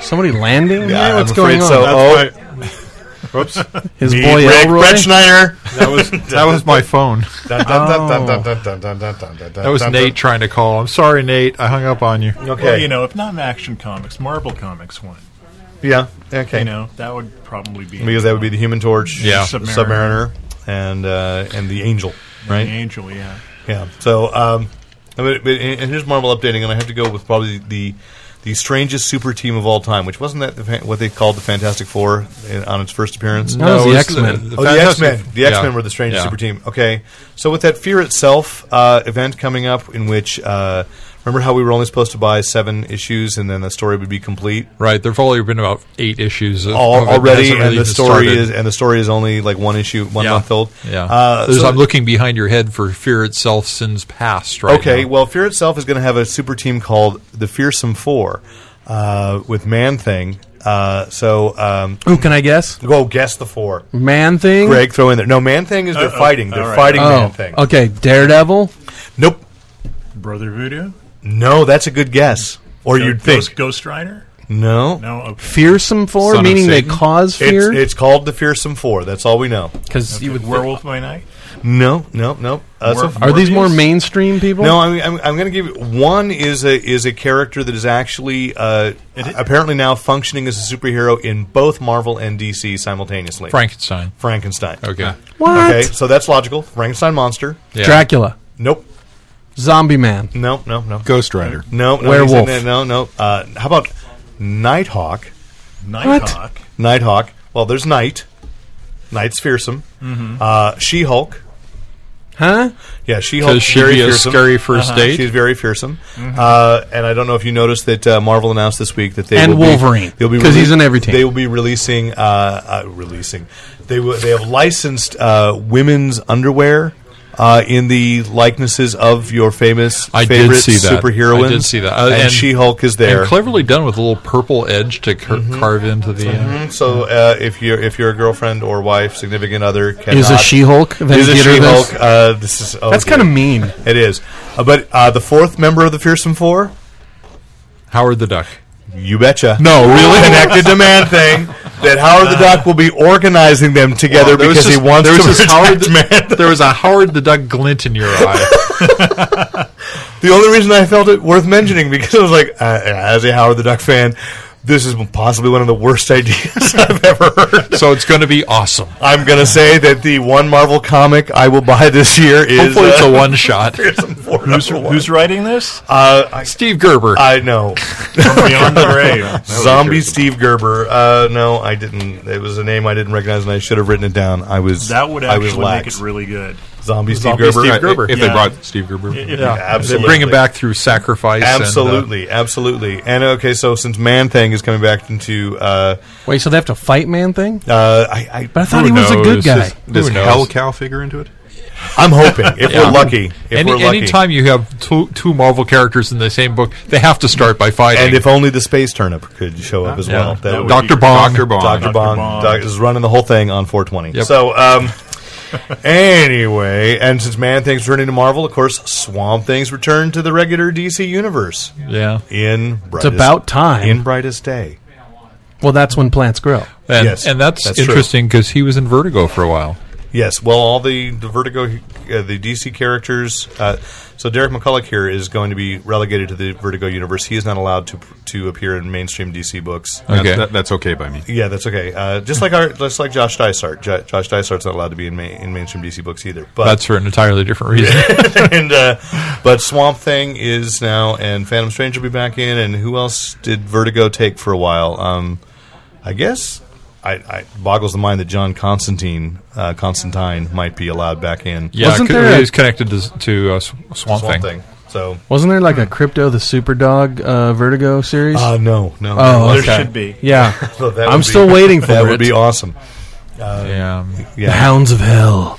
B: Somebody landing?
D: Yeah,
B: here?
D: I'm
B: what's going
D: afraid
B: on?
D: so. Oh,
C: Whoops.
B: His
E: Me,
B: boy
D: Rick
B: Elroy.
D: Bretschneider.
C: That was that was my phone. That
D: That
C: was Nate trying to call. I'm sorry, Nate. I hung up on you.
D: Okay.
E: Well, you know, if not Action Comics, Marvel Comics one.
D: yeah. Okay.
E: You know, that would probably be
D: because that would be the Human Torch,
C: Yeah.
D: Submariner, and uh, and the Angel, right?
E: Angel. Yeah.
D: Yeah. So, um, I mean, but- and here's Marvel updating, and I have to go with probably the the strangest super team of all time, which wasn't that the, fa- what they called the Fantastic Four in, on its first appearance.
B: No, it was the
C: it's
B: X-Men.
D: Oh, the X
C: Fantastic-
D: Men. The
C: Yeah.
D: X Men were the strangest
C: Yeah.
D: super team. Okay, so with that Fear itself uh, event coming up, in which uh, remember how we were only supposed to buy seven issues, and then the story would be complete
C: Right. There've only been about eight issues of-
D: al-
C: of it that
D: already,
C: hasn't
D: and
C: really
D: the
C: just
D: story
C: started.
D: is and the story is only like one issue, one
C: Yeah.
D: month old.
C: Yeah.
D: Uh,
C: There's-
D: so-
C: I'm looking behind your head for Fear Itself Sins Past right
D: okay,
C: now.
D: well, Fear itself is going to have a super team called the Fearsome Four uh, with Man Thing. Uh, so um,
B: Who can I guess?
D: go guess the four.
B: Man thing.
D: Greg, throw in there. No, Man Thing is they're
E: Uh-oh.
D: fighting. They're
E: All right.
D: fighting Man
B: Oh,
C: Uh,
D: Thing.
B: okay. Daredevil.
D: Nope.
E: Brother Voodoo.
D: No, that's a good guess. Or you'd think.
E: Ghost, Ghost Rider.
D: No.
E: No. Okay.
B: Fearsome four,
C: Son of
B: meaning they
C: Satan?
B: cause
D: It's,
B: fear.
D: it's called the Fearsome Four. That's all we know.
B: Because you would.
E: Werewolf by Night.
D: No, no, no. Uh, so
E: War-
B: Are these more
E: Morbius?
B: mainstream people?
D: No, I'm, I'm, I'm going to give you one is a is a character that is actually uh, apparently now functioning as a superhero in both Marvel and DC simultaneously.
C: Frankenstein.
D: Frankenstein.
C: Okay.
B: What?
D: Okay, so that's logical. Frankenstein monster.
C: Yeah.
B: Dracula.
D: Nope.
B: Zombie Man.
D: No. No. No.
F: Ghost Rider.
D: No. no
B: Werewolf.
D: he's in there. No. No. Uh, how about Nighthawk?
E: Nighthawk.
D: Nighthawk. Well, there's Night. Night's fearsome.
C: Mm-hmm.
D: Uh, she Hulk.
B: Huh?
D: Yeah, She Hulk.
C: Does she
D: very
C: be a
D: fearsome. Uh-huh.
C: scary 1st date? Mm-hmm.
D: She's very fearsome, uh, and I don't know if you noticed that uh, Marvel announced this week that they
B: And
D: will be-
B: Wolverine,
D: they'll be
B: 'cause he's
D: rele-
B: in every team.
D: They will be releasing, uh, uh, releasing. They will, they have licensed uh, women's underwear uh, in the likenesses of your famous
C: I
D: favorite
C: did see that.
D: superheroines.
C: I did see that. Uh,
D: and, She Hulk is there. Mm-hmm.
C: And cleverly done with a little purple edge to car- carve into the. Uh,
D: so uh, if you're if you're a girlfriend or wife, significant other cannot,
B: Is a She-Hulk? Then
D: is a
B: get her
D: She
B: this?
D: Hulk. Uh, this is oh
B: That's
D: dear.
B: kind of mean.
D: it is. Uh, but uh, the fourth member of the fearsome four.
C: Howard the Duck.
D: You betcha.
C: No, really?
D: Connected to Man Thing. That Howard the Duck will be organizing them together
C: Oh, there was
D: because he
C: just-
D: wants
C: there was
D: to
C: just
D: protect
C: Howard the-
D: Man.
C: There was a Howard the Duck glint in your eye.
D: The only reason I felt it worth mentioning because I was like, uh, as a Howard the Duck fan, this is possibly one of the worst ideas I've ever heard.
C: so it's going to be awesome.
D: I'm gonna say that the one Marvel comic I will buy this year is.
C: Hopefully, it's
D: uh,
C: a one shot.
D: Fearsome Four
E: Who's,
D: number one.
E: who's writing this?
D: Uh, I,
C: Steve Gerber.
D: I know.
E: From Beyond the Grave.
D: Zombie Steve Gerber. Uh, no, I didn't. It was a name I didn't recognize, and I should have written it down. I was.
E: That would
D: I was
E: actually make
D: lax.
E: it really good.
D: Zombie Steve
C: Zombie
D: Gerber.
C: Steve
F: Right,
C: Gerber.
F: If
E: Yeah.
F: they brought Steve Gerber.
E: If-
D: absolutely.
C: They bring it back through sacrifice. and, uh,
D: Absolutely, absolutely. And okay, so since Man Thing is coming back into, uh,
B: Wait, so they have to fight Man Thing?
D: uh, I, I,
B: But I thought he was a good guy.
F: Does, does
C: Who knows?
F: Hell Cow figure into it?
D: I'm hoping if we're lucky, if
C: any,
D: we're lucky,
C: anytime you have two, two Marvel characters in the same book, they have to start by fighting.
D: and if only the space turnip could show up as
C: Yeah.
D: well. That would
E: Doc-
C: Doctor Bong,
F: Dr. Bong.
D: Doctor
E: Dr.
D: Bong
E: Bong.
D: Doc- is running the whole thing on 420.
C: Yep.
D: So, um, anyway, and since Man Thing's returning to Marvel, of course, Swamp Thing's returned to the regular DC universe
C: yeah,
D: in brightest,
B: about time.
D: in brightest day.
B: Well, that's when plants grow.
C: and,
D: Yes,
C: and that's,
D: that's true.
C: interesting because he was in Vertigo for a while.
D: Yes, well, all the, the Vertigo, uh, the DC characters. Uh, so Derek McCulloch here is going to be relegated to the Vertigo universe. He is not allowed to to appear in mainstream DC books.
F: That's,
C: Okay.
F: that, that's okay by me.
D: Yeah, that's okay. Uh, just like our, just like Josh Dysart. Jo- Josh Dysart's not allowed to be in, ma- in mainstream DC books either. But
C: That's for an entirely different reason.
D: and uh, but Swamp Thing is now, and Phantom Strange will be back in, and who else did Vertigo take for a while? Um, I guess I, I boggles the mind that John Constantine uh, Constantine might be allowed back in.
C: Yeah,
B: Wasn't
C: c-
B: there a-
C: it was connected to, s- to uh, Sw- Swamp,
D: Swamp
C: Thing.
D: thing. So
B: Wasn't there like a Crypto the Superdog uh, Vertigo series?
D: Hmm. uh, no, no.
B: Oh,
D: Well,
E: There
B: okay.
E: should be.
B: yeah,
D: that would
B: I'm
D: be-
B: still waiting for
D: That
B: it.
D: would be awesome.
C: Yeah,
B: The
D: Yeah,
B: Hounds of Hell.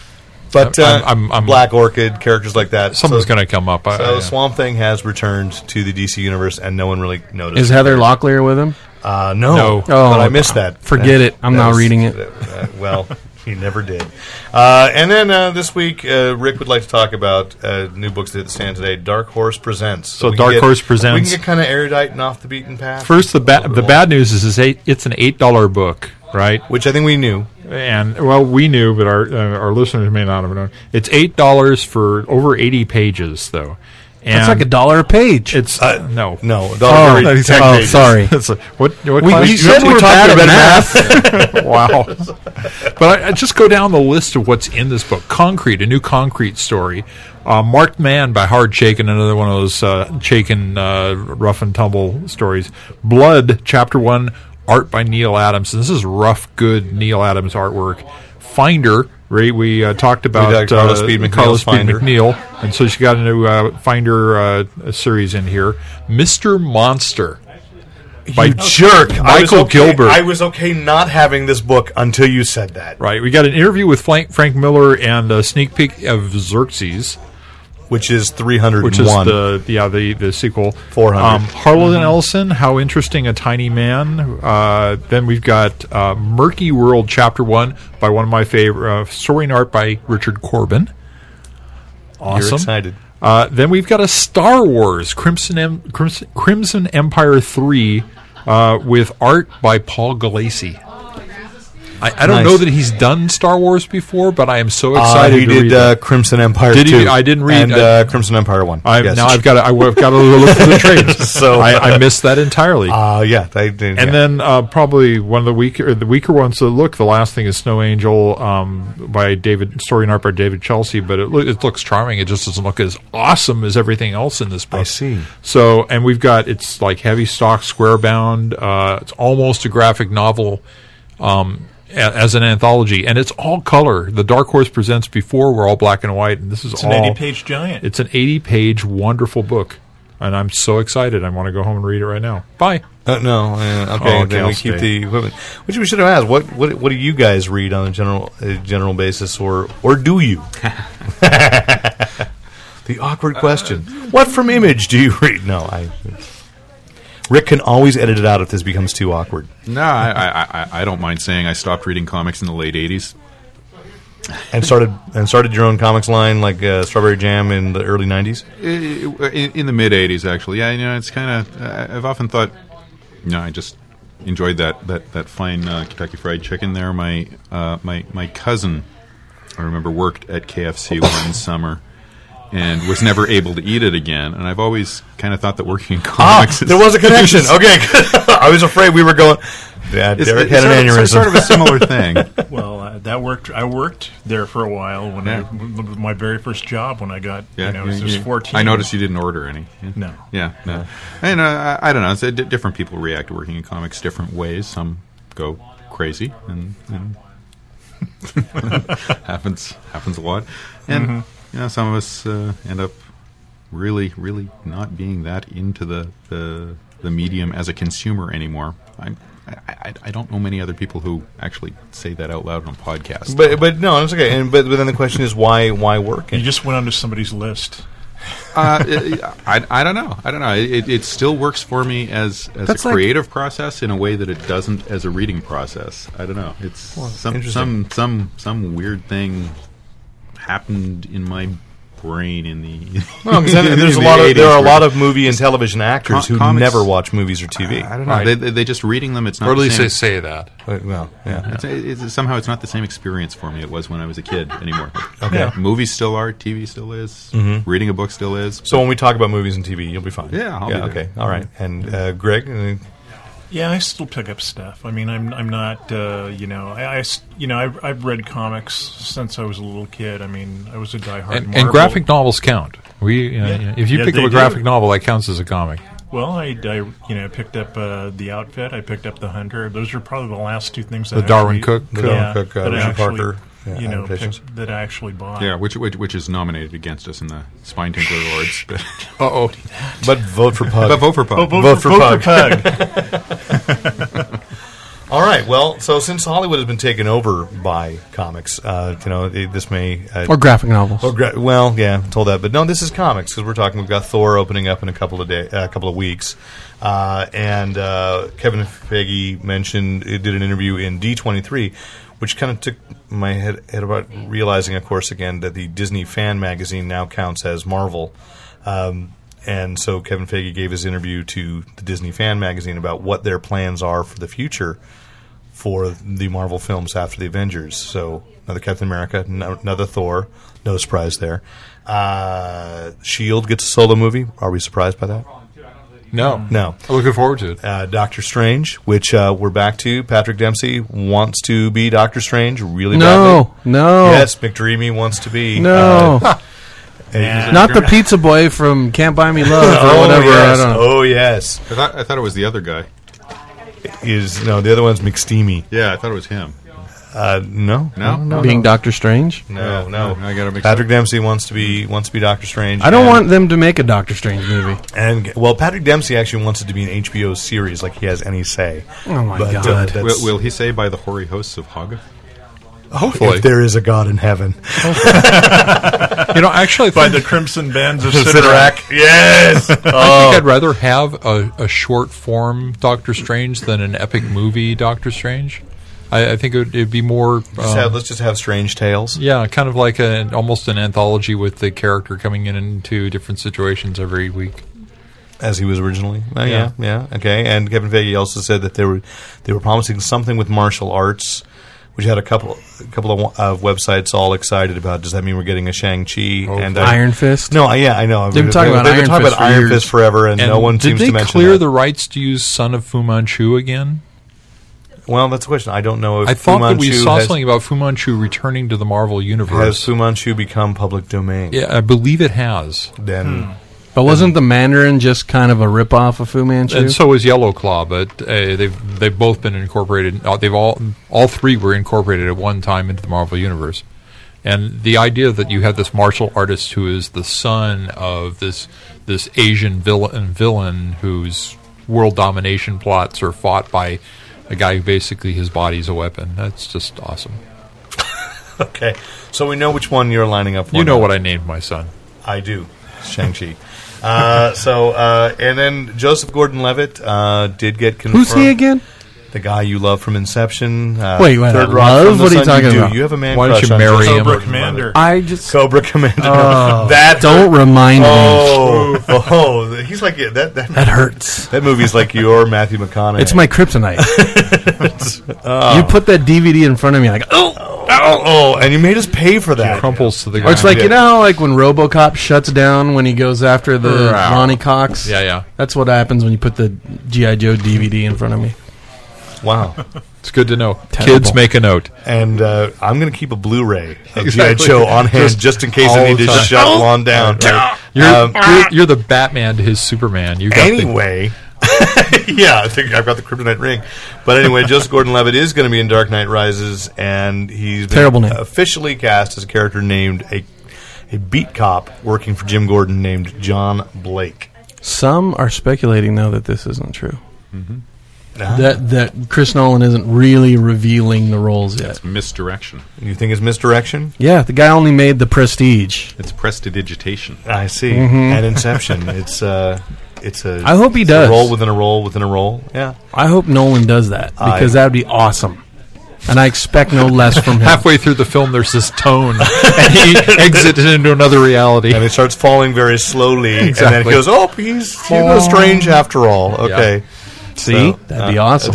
D: but uh,
C: I'm- I'm- I'm-
D: Black Orchid characters like that.
C: something's
D: so,
C: going to come up. I,
D: So
C: I-
D: Swamp Thing has returned to the DC universe, and no one really noticed.
B: Is Heather Locklear with him?
D: Uh, no,
C: No. Oh,
D: but I missed that.
B: Forget it. I'm not
D: was-
B: reading it.
D: uh, well, he never did. Uh, and then uh, this week, uh, Rick would like to talk about uh, new books that stand today. Dark Horse presents.
C: So
D: we can
C: Dark
D: get-
C: Horse Presents.
D: We can get kind of erudite and off the beaten path.
C: First, the
D: A
C: ba-
D: little
C: the
D: bit
C: bad news is it's, eight, it's an eight dollar book, right?
D: long. which I think we knew.
C: And well, we knew, but our uh, our listeners may not have known. It's eight dollars for over eighty pages, though. And
B: That's like a dollar a page.
C: It's Uh, no,
D: No,
B: Oh,
D: Dark Horse-
B: oh, sorry.
C: It's like, what, what
B: We-
C: class-
B: you said
C: we
B: we're
C: talked
B: bad at
C: about math. wow. But I, I just go down the list of what's in this book. Concrete, a new concrete story. Uh, Marked Man by Hard Chaikin, another one of those uh, Chaikin uh, rough and tumble stories. Blood, Chapter 1, art by Neil Adams. And this is rough, good Neil Adams artwork. Finder, right? We uh, talked about
D: talked Carlos Speed McNeil's
C: Carlos Speed
D: Finder.
C: McNeil. Neil, and so she got a new uh, Finder uh, series in here. Mister Monster by Jerk
D: I was
C: Michael
D: okay-
C: Gilbert.
D: I was okay not having this book until you said that,
C: right, we got an interview with Frank, Frank Miller and a sneak peek of Xerxes,
D: which is three hundred
C: which
D: and one. Mm-hmm.
C: is the yeah the the sequel. Um,
D: 400.
C: Harlan Ellison, How Interesting a Tiny Man. Uh, then we've got uh, Murky World Chapter One by one of my favorite uh, story and art by Richard Corbin. Awesome.
D: You're excited.
C: Uh, then we've got a Star Wars Crimson em- Crimson, Crimson Empire three uh, with art by Paul Galassi. I, I don't
D: Nice.
C: know that he's done Star Wars before, but I am so
D: Uh,
C: excited.
D: he
C: to read
D: did
C: it.
D: uh, Crimson Empire.
C: Did he?
D: 2,
C: I didn't read-
D: and,
C: I-
D: uh, Crimson Empire one.
C: I,
D: Yes,
C: now
D: it's
C: I've got to, I've got to look for the trades.
D: So-
C: so I, I missed that entirely.
D: Uh, yeah, they did.
C: and then uh, probably one of the weaker or the weaker ones. So look, the last thing is Snow Angel um, by David story and art by David Chelsea, but it, loo- it looks charming. It just doesn't look as awesome as everything else in this book.
D: I see.
C: So and we've got it's like heavy stock, square bound. Uh, it's almost a graphic novel. Um, a- as an anthology, and it's all color. The Dark Horse presents before were all black and white, and this is
E: It's an
C: all
E: 80 page giant.
C: It's an eighty-page wonderful book, and I'm so excited. I want to go home and read it right now. Bye.
D: Uh, no, uh, okay,
C: Oh, okay,
D: then we
C: I'll
D: keep
C: stay.
D: the equipment. Which we should have asked. What what what do you guys read on a general uh, general basis, or or do you? the awkward question. what from Image do you read? No, I. Rick can always edit it out if this becomes too awkward.
F: No, I, I, I, I don't mind saying I stopped reading comics in the late '80s.
D: And started and started your own comics line like uh, Strawberry Jam in the early '90s.
F: in, in the mid '80s, actually. Yeah, you know, it's kind of. I've often thought, you know, I just enjoyed that that that fine uh, Kentucky Fried Chicken there. My uh, my my cousin, I remember, worked at KFC one summer. And was never able to eat it again. And I've always kind of thought that working in
D: Ah,
F: comics. is-
D: there was a connection. Okay, I was afraid we were going. Yeah,
F: It's-
D: Derek
F: it's
D: had an
F: sort of-
D: aneurysm.
F: it's sort of a similar thing.
E: Well, uh, that worked. I worked there for a while when I
F: Yeah.
E: w w- my very first job when I got
F: Yeah,
E: you know it
F: you-
E: was
F: you-
E: 14.
F: I noticed you didn't order any. Yeah.
E: No.
F: Yeah, no. And uh, I, I don't know. It's, uh, di different people react to working in comics different ways. Some go crazy, and, and happens happens a lot. And you know, some of us uh, end up really, really not being that into the the, the medium as a consumer anymore. I, I I- I don't know many other people who actually say that out loud on podcasts.
D: But but no, it's okay. And but, but then the question is why why work?
E: You just went onto somebody's list.
F: uh, it- I, I don't know. I don't know. It, it still works for me as, as
B: That's
F: a
B: like-
F: creative process in a way that it doesn't as a reading process. I don't know. It's some,
D: interesting.
F: some some some weird thing happened in my brain in the.
D: No, 'cause then
F: in
D: there's a
F: the
D: lot of
F: 80s
D: there are a
F: where-
D: lot of movie and television actors
F: Com-
D: who
F: comics-
D: never watch movies or TV.
F: I don't know. They, they, they just reading them. It's not
C: Or at
F: the
C: least
F: same.
C: they say that.
D: Uh, well, yeah.
F: It's, it's, somehow it's not the same experience for me it was when I was a kid anymore. okay. Movies still are, TV still is,
D: Mm-hmm.
F: reading a book still is.
D: So when we talk about movies and TV, you'll be fine.
F: Yeah, I'll be there.
D: okay, all right. And uh, Greg, uh,
E: Yeah, I still pick up stuff. I mean, I'm I'm not uh, you know I, I s- you know I've, I've read comics since I was a little kid. I mean, I was a diehard
C: And,
E: Marvel-
C: graphic novels count. We, you know,
E: Yeah.
C: if you
E: Yeah,
C: pick
E: they
C: up a
E: do.
C: graphic novel, that counts as a comic.
E: Well, I, I you know picked up uh, the outfit. I picked up the hunter. Those are probably the last two things. That
C: The
E: I
C: Darwin
E: actually-
C: Cook, uh,
E: yeah,
D: Cook, uh,
E: that I
D: Richard
E: actually,
D: Parker, yeah,
E: you know,
D: adaptations.
E: picked, that I actually bought.
F: Yeah, which, which which is nominated against us in the Spine Tinkler Awards. But,
C: oh.
D: But vote for Pug.
F: but vote for Pug.
E: Oh, vote,
D: Vote
E: for,
D: for
E: vote for Pug.
D: All right. Well, so since Hollywood has been taken over by comics, uh, you know it- this may uh,
B: or graphic novels.
D: Oh, gra- well, yeah, I told that, but no, this is comics because we're talking. We've got Thor opening up in a couple of day, a couple of weeks, uh, and uh, Kevin Feige mentioned he did an interview in D twenty three, which kind of took my head, head about realizing, of course, again that the Disney fan magazine now counts as Marvel. Um, and so Kevin Feige gave his interview to the Disney fan magazine about what their plans are for the future for the Marvel films after the Avengers. So another Captain America, no, another Thor. No surprise there. Uh, Shield gets a solo movie. Are we surprised by that?
C: No.
D: No.
C: Um, I'm looking forward to it.
D: Uh, Doctor Strange, which uh, we're back to. Patrick Dempsey wants to be Doctor Strange really
B: no, no,
D: badly. Yes, McDreamy wants to be.
B: no,
D: uh,
E: Yeah.
B: not the pizza boy from Can't Buy Me Love or
D: Oh
B: whatever.
D: yes!
B: I don't know.
D: Oh yes!
F: I, thought, I thought it was the other guy.
D: Is no the other one's McSteamy.
F: Yeah, I thought it was him.
D: Uh, no,
F: No?
B: Being Doctor Strange.
D: no, no.
F: I gotta mix
D: Patrick Dempsey wants to be wants to be Doctor Strange.
B: I don't
D: and-
B: want them to make a Doctor Strange movie.
D: And well, Patrick Dempsey actually wants it to be an HBO series, like he has any say.
B: Oh my
D: But, uh,
B: god.
D: that's-
F: Will, will he say by the hoary hosts of Haga?
C: Hopefully.
D: if there is a God in heaven,
C: You know, actually, I
E: By
C: think,
E: the Crimson Bands of Sidorak.
D: Sidorak, yes.
C: I
D: Oh.
C: think I'd rather have a, a short form Doctor Strange than an epic movie Doctor Strange. I, I think it would it'd be more.
D: Just
C: um,
D: have- let's just have strange tales.
C: yeah, kind of like an almost an anthology with the character coming in into different situations every week.
D: as he was originally. Uh, yeah. yeah, okay. And Kevin Feige also said that they were they were promising something with martial arts, which had a couple a couple of, of websites all excited about. Does that mean we're getting a Shang Chi
C: Oh,
D: and I-
B: Iron Fist?
D: No, I- yeah, I know.
B: They've been talking about
D: They've
B: Iron
D: been talking
B: Fist
D: about
B: for
D: Iron
B: years.
D: Fist forever, and,
C: And
D: no one
C: did
D: seems
C: they
D: to mention
C: clear
D: that.
C: the rights to use Son of Fu Manchu again?
D: well, that's the question. I don't know if
C: I thought
D: Fu
C: that we
D: Manchu
C: saw
D: has,
C: something about Fu Manchu returning to the Marvel universe.
D: Has Fu Manchu become public domain?
C: yeah, Hmm. I believe it has.
D: Then.
B: But wasn't the Mandarin just kind of a ripoff of Fu Manchu?
C: And so is Yellow Claw, but uh, they've they've both been incorporated. Uh, they've all all three were incorporated at one time into the Marvel universe. And the idea that you have this martial artist who is the son of this this Asian villain villain whose world domination plots are fought by a guy who basically his body's a weapon. That's just awesome.
D: Okay, so we know which one you're lining up for.
C: You know
D: now.
C: what I named my son?
D: I do. Shang Chi. uh, so uh, and then Joseph Gordon-Levitt uh, did get confirmed.
B: Who's he again?
D: The guy you love from Inception. Uh,
B: Wait, wait,
D: Third
B: I
D: Rock
B: love?
D: from the
B: What are you
D: Sun,
B: talking
D: do.
B: about?
D: You have a man.
C: Why don't
D: crush
C: you
D: on
C: marry
D: Joseph
C: him?
E: Cobra
D: Gordon-Levitt.
E: Commander.
B: I just
D: Cobra Commander.
B: Oh.
D: that
B: don't remind me.
D: Oh, oh, he's like yeah, that. That,
B: That hurts.
D: that movie's like your Matthew McConaughey.
B: It's my kryptonite. You put that DVD in front of me, like, oh,
D: oh, oh, and you made us pay for that.
C: Crumples to the
B: Or Oh, it's like
C: ground.
D: Yeah.
B: you know, how, like when RoboCop shuts down when he goes after the
F: Wow.
B: Ronnie Cox.
C: Yeah, yeah.
B: That's what happens when you put the GI Joe DVD in front of me.
D: Wow.
C: It's good to know.
B: Terrible.
C: Kids make a note.
D: And uh, I'm going to keep a Blu-ray of GI
C: Exactly.
D: Joe on hand
C: Just
D: just, in case I
C: all
D: need
C: the
D: to
C: time.
D: shut Lon down.
C: You're,
D: Um,
C: you're, you're the Batman to his Superman. You got the-
D: anyway. yeah, I think I've got the kryptonite ring. But anyway, Joseph Gordon-Levitt is going to be in Dark Knight Rises, and he's been
B: Terrible name.
D: officially cast as a character named a a beat cop working for Jim Gordon named John Blake.
B: Some are speculating though that this isn't true. That that Chris Nolan isn't really revealing the roles yet.
F: Misdirection.
D: You think it's misdirection?
B: Yeah, the guy only made the Prestige.
F: It's prestidigitation.
D: I see. Mm-hmm. And Inception, it's uh, it's a.
B: I hope he
D: it's a
B: does.
D: role within a role within a role. Yeah.
B: I hope Nolan does that because
D: I-
B: that would be awesome, and I expect no less from him.
C: halfway through the film there's this tone and he exits into another reality
D: And it starts falling very slowly, and then it
C: Exactly.
D: goes, "Oh, he's he's no strange after all." Okay.
B: See,
D: So, uh,
B: that'd be awesome.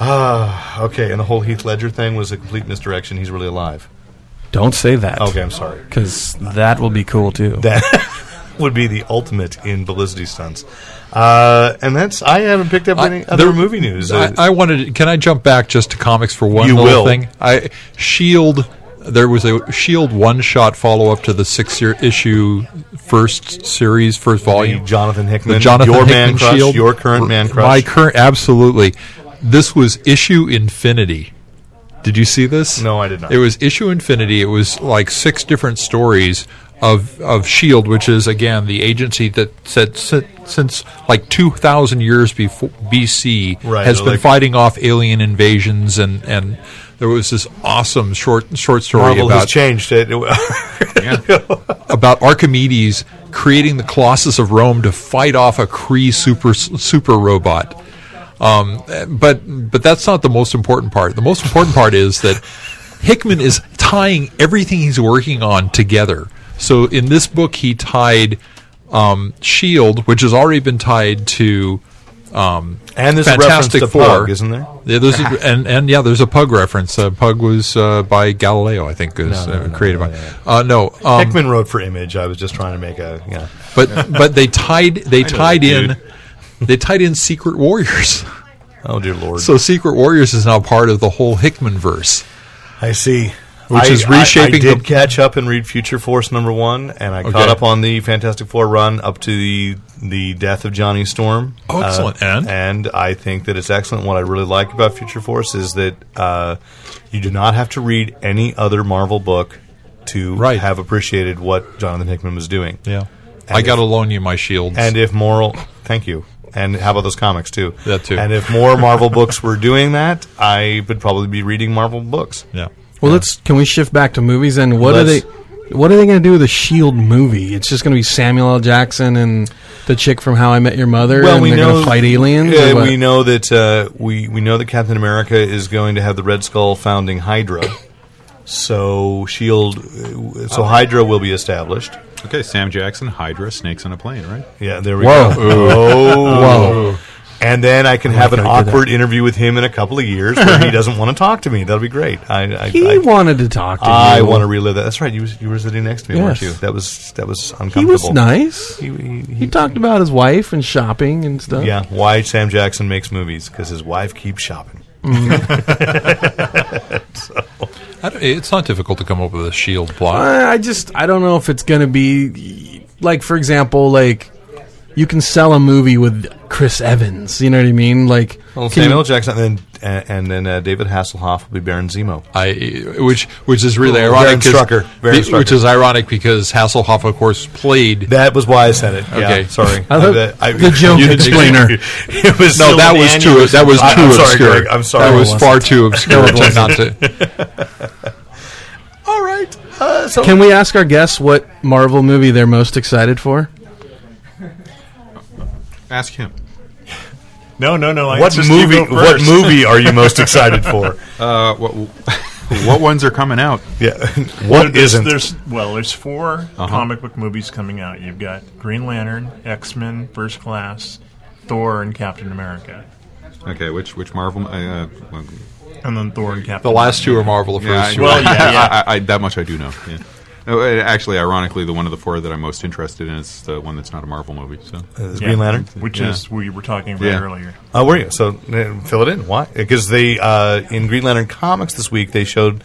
D: Okay, and the whole Heath Ledger thing was a complete misdirection. He's really alive.
B: Don't say that.
D: Okay, I'm sorry.
B: Because that will be cool too.
D: That would be the ultimate in publicity stunts. Uh, and that's I haven't picked up any other
C: there-
D: movie news.
C: I, I wanted can i jump back just to comics for one
D: uh, You
C: little
D: will.
C: thing i E shield there was a Shield one shot follow up to the six year issue first series, first
D: The
C: volume.
D: Jonathan Hickman,
C: the Jonathan
D: your
C: Hickman
D: man crush,
C: Shield,
D: your current man crush.
C: My current, absolutely. This was issue infinity. Did you see this?
D: No, I did not.
C: It was issue infinity. It was like six different stories of of Shield, E which is again the agency that said si- since like two thousand years before BC
D: Right,
C: has been
D: like-
C: fighting off alien invasions, and and there was this awesome short short story
D: Marvel
C: about
D: has changed it.
C: about Archimedes creating the Colossus of Rome to fight off a Kree super super robot. Um, but but that's not the most important part. The most important part is that Hickman is tying everything he's working on together. So in this book, he tied um, Shield, which has already been tied to um,
D: And there's a
C: Fantastic
D: reference to
C: Four,
D: Pug, isn't there?
C: Yeah, there's a, and and yeah, there's a Pug reference. Uh, Pug was uh, by Galileo, I think, is uh, created by. Uh, no, um,
D: Hickman wrote for Image. I was just trying to make a. Yeah.
C: but but they tied they
F: that
C: tied in
F: dude.
C: they tied in Secret Warriors.
D: Oh dear lord.
C: So Secret Warriors is now part of the whole Hickman verse.
D: I see.
C: Which
D: I-
C: is
D: I- I
C: reshaping
D: did
C: the-
D: catch up and read Future Force number one, and I caught
C: Okay.
D: up on the Fantastic Four run up to the the death of Johnny Storm. Uh,
C: Oh, excellent. And?
D: and I think that it's excellent. What I really like about Future Force is that uh, you do not have to read any other Marvel book to
C: Right.
D: have appreciated what Jonathan Hickman was doing.
C: I got to loan you my shields.
D: And if moral, thank you. And how about those comics too?
C: That too.
D: And if more Marvel books were doing that, I would probably be reading Marvel books.
C: yeah,
B: Well, let's can we shift back to movies and what are
D: Let's-
B: they? What are they going to do with the Shield E movie? It's just going to be Samuel L. Jackson and the chick from How I Met Your Mother, and they're going to fight aliens.
D: Yeah,
B: or what?
D: we know that uh, we we know that Captain America is going to have the Red Skull founding Hydra. So Shield, E uh, so Hydra will be established.
F: Okay, Sam Jackson, Hydra, Snakes on a Plane, right?
D: Yeah, there we
B: Whoa.
D: go. Oh, whoa. And then I can have an
B: gonna do that.
D: awkward interview with him in a couple of years where he doesn't want to talk to me. That'll be great. I, I,
B: he
D: I,
B: wanted to talk to
D: I
B: you.
D: want to relive that. That's right. You, was- you were sitting next to me, weren't
B: Yes.
D: you? That was that was uncomfortable.
B: He was nice.
D: He, he- he-
B: He talked about his wife and shopping and stuff.
D: yeah, why Sam Jackson makes movies because his wife keeps shopping.
C: I don't- it's not difficult to come up with a shield plot.
B: I I just I don't know if it's going to be like for example like you can sell a movie with Chris Evans. You know what I mean? Like
D: Well,
B: can
D: Samuel
B: you-
D: Jackson and then, and then uh, David Hasselhoff will be Baron Zemo.
C: I which which is really
D: Oh, Baron
C: ironic. 'cause-
D: Strucker. Baron
C: be- which
D: Strucker.
C: is ironic because Hasselhoff, of course, played.
D: That was why I said it.
C: Okay.
D: Yeah, sorry.
B: I love
D: I- I-
B: the joke
D: you didn't-
B: explainer.
D: it was
C: No,
D: still
C: that
D: an
C: was
D: annual-
C: too. That was too
D: I- I'm sorry,
C: obscure.
D: Greg. I'm sorry.
C: That was far too obscure to not to.
D: All right. Uh, so
B: Can we ask our guests what Marvel movie they're most excited for?
F: Ask him.
E: No, no, no. I
D: what
E: insist you
D: movie?
E: go
D: What
E: first.
D: movie are you most excited for?
F: Uh, what, what ones are coming out?
D: Yeah.
E: There-
D: What
E: there's,
D: isn't? Uh-huh.
E: There's, well, there's 4 comic book movies coming out. You've got Green Lantern, X Men, First Class, Thor, and Captain America.
F: Okay, which which Marvel? Uh, well,
E: And then Thor and Captain
C: The last two are Marvel. The
F: yeah,
C: first
F: I,
C: two
E: Well,
C: are-
E: yeah, yeah.
F: I, I, that much I do know. Yeah. No, uh, actually, ironically, the one of the four that I'm most interested in is the one that's not a Marvel movie. So
D: Is
E: Yeah,
D: Green Lantern.
E: which
F: Yeah.
E: is we were talking about
F: Yeah.
E: earlier.
D: Oh, were you? So uh, fill it in. Why? Because they uh, in Green Lantern comics this week they showed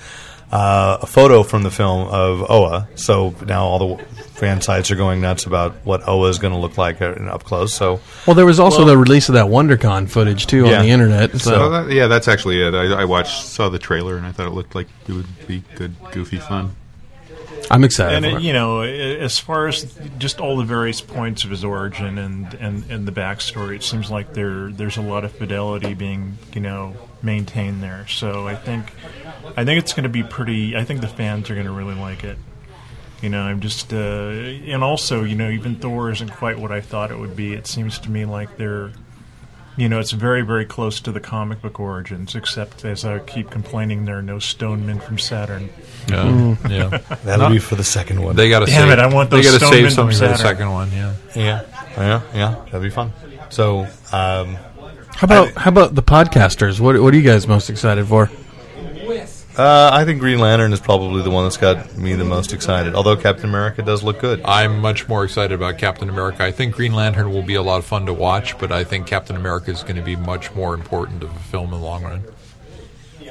D: uh, a photo from the film of Oa. So now all the fan sites are going nuts about what Oa is going to look like uh, up close. So
B: Well, there was also the release of that WonderCon footage too
D: Yeah.
B: on the internet. So,
F: Oh, that- yeah, that's actually it. I, I watched, saw the trailer, and I thought it looked like it would be good, goofy fun.
B: I'm excited.
E: And
B: for
E: it,
B: it.
E: you know, i- as far as just all the various points of his origin and, and, and the backstory, it seems like there there's a lot of fidelity being you know maintained there. So I think I think it's going to be pretty. I think the fans are going to really like it. You know, I'm just, uh, and also, you know, even Thor isn't quite what I thought it would be. It seems to me like they're, you know, it's very, very close to the comic book origins, except as I keep complaining, there are no stone men from Saturn.
C: yeah, yeah.
D: that'll be for the second one.
C: They got to
E: Damn
C: save.
E: it, I want
C: they
E: those
C: gotta
E: Stone
C: save
E: Men
C: something
E: from
C: for the
E: Saturn.
C: second one. Yeah.
D: yeah, yeah, yeah. That'll be fun. So um,
B: how about how about the podcasters? What what are you guys most excited for?
D: uh, I think Green Lantern is probably the one that's got me the most excited. Although Captain America does look good.
C: I'm much more excited about Captain America. I think Green Lantern will be a lot of fun to watch, but I think Captain America is going to be much more important of a film in the long run.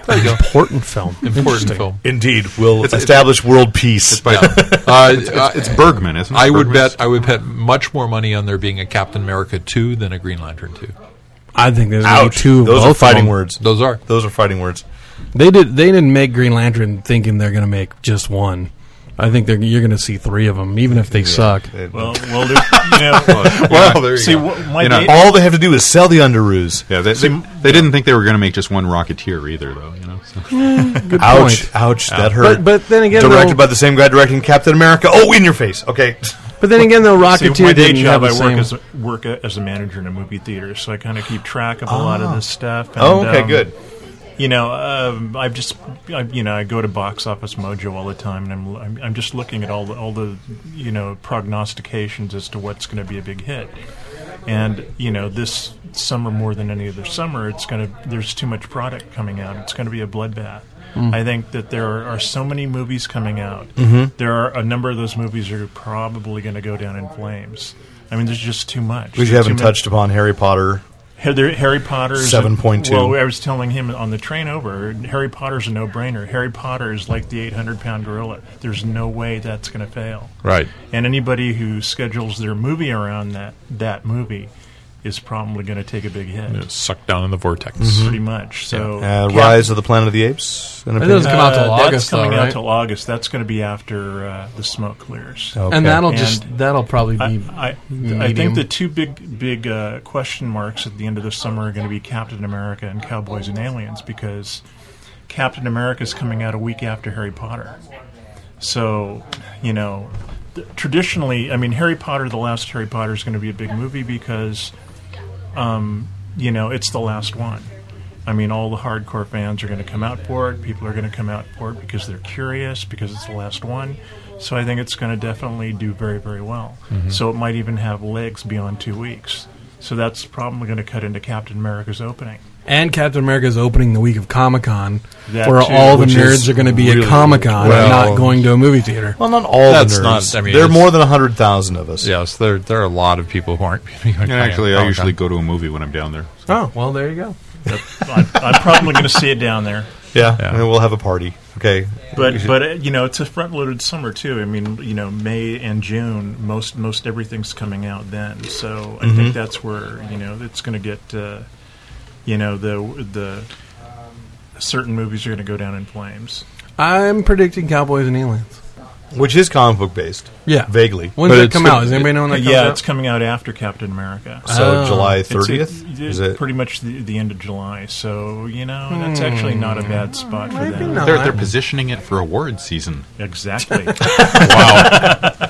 B: Important film.
C: Important film.
D: Indeed, will establish world peace.
F: By-
C: Uh,
F: it's, it's Bergman, isn't it?
C: I would
F: Bergman's-
C: bet I would bet much more money on there being a Captain America two than a Green Lantern two.
B: I think there's gonna be
D: Ouch.
B: two. of
D: Those are
B: both of
D: fighting
B: them.
D: words.
C: Those are
D: Those are fighting words.
B: They did. They didn't make Green Lantern thinking they're going to make just one. I think they're, you're going to see three of them, even if they suck.
E: Well, well, there, you know,
D: Oh,
F: Well, there you
E: see,
F: go.
E: what my
F: You know,
E: date-
D: All they have to do is sell the underoos.
F: Yeah, they, they, they didn't think they were going to make just one Rocketeer either, though. You know, so.
B: Good
D: Ouch!
B: point.
D: Ouch! That hurt.
B: But but then again,
D: directed
B: though,
D: by the same guy directing Captain America. Oh, in your face. Okay.
B: but then again, though
E: see,
B: Rocketeer
E: my day
B: didn't have
E: job,
B: the
E: I work
B: same.
E: as a, work a- as a manager in a movie theater, so I kind of keep track of a lot
B: Ah.
E: of this stuff. And,
D: Oh, okay,
E: um,
D: good.
E: You know, um, I've just, I, you know, I go to Box Office Mojo all the time, and I'm, I'm, I'm just looking at all the, all the, you know, prognostications as to what's going to be a big hit. And you know, this summer more than any other summer, it's going to there's too much product coming out. It's going to be a bloodbath.
D: Mm.
E: I think that there are, are so many movies coming out.
D: Mm-hmm.
E: There are a number of those movies that are probably going to go down in flames. I mean, there's just too much.
D: We
E: Too
D: haven't
E: many-
D: touched upon Harry Potter.
E: Harry, Harry Potter's
D: 7.2.
E: Well, I was telling him on the train over, Harry Potter's a no-brainer. Harry Potter is like the 800-pound gorilla. There's no way that's going to fail.
D: Right.
E: And anybody who schedules their movie around that that movie is probably going to take a big hit,
C: sucked down in the vortex.
E: pretty much. So,
D: Uh,
E: Cap-
D: Rise of the Planet of the Apes. an opinion?
B: doesn't come out till
E: uh,
B: August,
E: That's coming
B: though,
E: out
B: right?
E: till August. That's going to be after uh, the smoke clears.
D: Okay.
B: And that'll
E: And-
B: just that'll probably be.
E: I, I, I
B: medium.
E: think the two big big uh, question marks at the end of the summer are going to be Captain America and Cowboys and Aliens because Captain America is coming out a week after Harry Potter. So, you know, th- traditionally, I mean, Harry Potter, the last Harry Potter is going to be a big movie because, um, you know, it's the last one. I mean, all the hardcore fans are going to come out for it. People are going to come out for it because they're curious, because it's the last one. So I think it's going to definitely do very, very well. So it might even have legs beyond two weeks. So that's probably going to cut into Captain America's opening.
B: and Captain America is opening the week of Comic Con,
E: That
B: where
E: too,
B: all the
D: which is
B: nerds are going to be
D: really
B: at Comic Con, and
D: well-
B: not going to a movie theater.
D: Well, not all
C: That's
D: the nerds.
C: not- I mean,
D: there are
C: it's-
D: more than hundred thousand of us.
C: Yes, there there are a lot of people who aren't.
F: Yeah, actually, I usually go to a movie when I'm down there.
B: Oh well, there you go.
E: I'm, I'm probably going to see it down there.
D: yeah.
C: Yeah.
D: And we'll have a party. Okay.
E: But but uh, you know it's a front loaded summer too. I mean you know May and June most most everything's coming out then. So I think that's where you know it's going to get uh, you know the the certain movies are going to go down in flames.
B: I'm predicting Cowboys and Aliens.
D: Which is comic book based.
B: Yeah.
D: Vaguely.
B: When
C: But
B: does it
C: it's
B: come
C: gonna-
B: out? Does anybody know when that comes
E: yeah,
B: out?
E: it's coming out after Captain America.
D: So
B: Oh.
D: July
E: It's-
D: Uh, thirtieth.
E: it's-
D: Is it?
E: pretty much the, the end of July? So you know that's actually not a bad spot for
B: Maybe
E: them.
B: not.
F: They're, they're positioning it for award season.
E: Exactly.
F: Wow.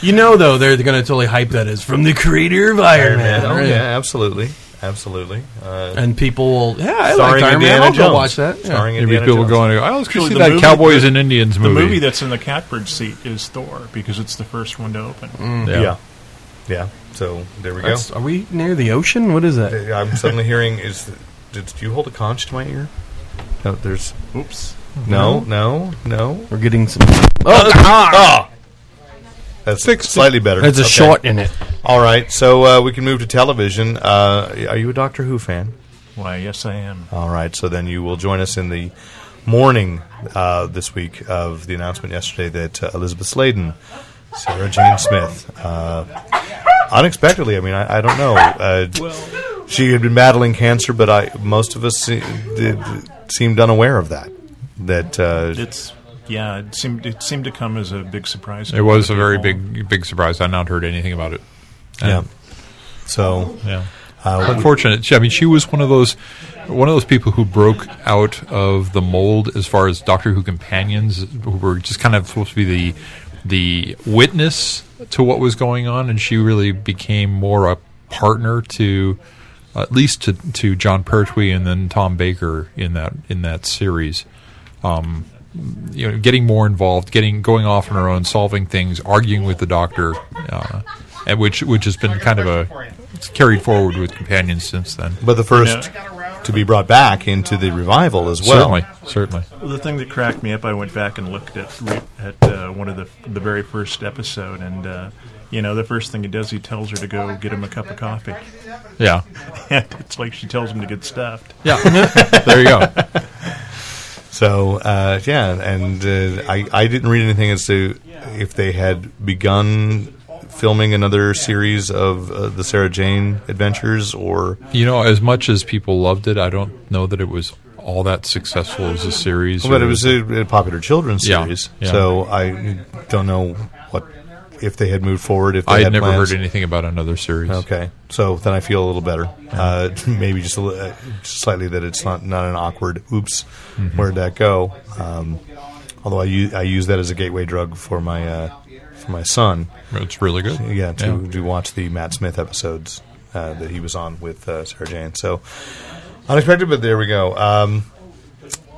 B: You know, though, they're going to totally hype that is from the creator of Iron Man.
D: Oh,
B: right?
D: yeah. Absolutely. Absolutely. Uh,
B: And people will, yeah, I
D: starring
B: liked Iron
D: Indiana
B: Man. I'll
D: Jones.
B: go watch that. Yeah.
D: Starring
C: Maybe
D: Indiana
C: people
D: Jones.
C: go on. and go, I was
E: Actually,
C: going to see
E: the
C: that
E: movie-
C: Cowboys and Indians
E: the
C: movie.
E: movie that's in the catbird seat is Thor because it's the first one to open.
C: Hmm.
D: Yeah. yeah. So there we go.
B: That's- Are we near the ocean? What is that?
D: Uh, I'm suddenly hearing is. Did do you hold a conch to my ear? No, there's
E: Oops.
D: no, no, no.
B: We're getting some.
D: That's slightly better.
B: There's a
D: Okay.
B: shot in it.
D: All right, so uh, we can move to television. Uh, are you a Doctor Who fan?
E: Why, yes, I am.
D: All right, so then you will join us in the morning uh, this week of the announcement yesterday that uh, Elizabeth Sladen, Sarah Jane Smith, uh, unexpectedly. I mean, I, I don't know. Uh, she had been battling cancer, but I most of us se- did, seemed unaware of that. That uh,
E: It's yeah. It seemed it seemed to come as a big surprise.
C: It was a very big big surprise. I'd not heard anything about it.
D: yeah. So
C: Yeah.
D: uh,
C: Unfortunate. She- I mean, she was one of those one of those people who broke out of the mold as far as Doctor Who companions who were just kind of supposed to be the the witness to what was going on, and she really became more a partner to at least to, to John Pertwee and then Tom Baker in that in that series. Um, you know, getting more involved, getting going off on her own, solving things, arguing with the doctor, uh, and which which has been kind of a it's carried forward with companions since then.
D: but the first to be brought back into the revival as well.
C: certainly, certainly.
E: The thing that cracked me up. I went back and looked at re- at uh, one of the the very first episode, and uh, you know, the first thing he does, he tells her to go get him a cup of coffee.
C: Yeah.
E: And it's like she tells him to get stuffed.
C: Yeah. there you go.
D: So uh, yeah, and uh, I I didn't read anything as to if they had begun filming another series of uh, the Sarah Jane adventures or
C: You know, as much as people loved it, I don't know that it was all that successful as a series.
D: but
C: or-
D: it was a, a popular children's
C: Yeah,
D: series.
C: yeah.
D: So I don't know what if they had moved forward if they
C: I had
D: had
C: never
D: plans.
C: heard anything about another series.
D: Okay, so then I feel a little better. Uh, maybe just a li- uh, slightly that it's not not an awkward oops, where'd that go? Um, although I use I use that as a gateway drug for my uh, for my son.
C: It's really good.
D: Yeah, to, to watch the Matt Smith episodes uh, that he was on with uh, Sarah Jane. So unexpected, but there we go. Um,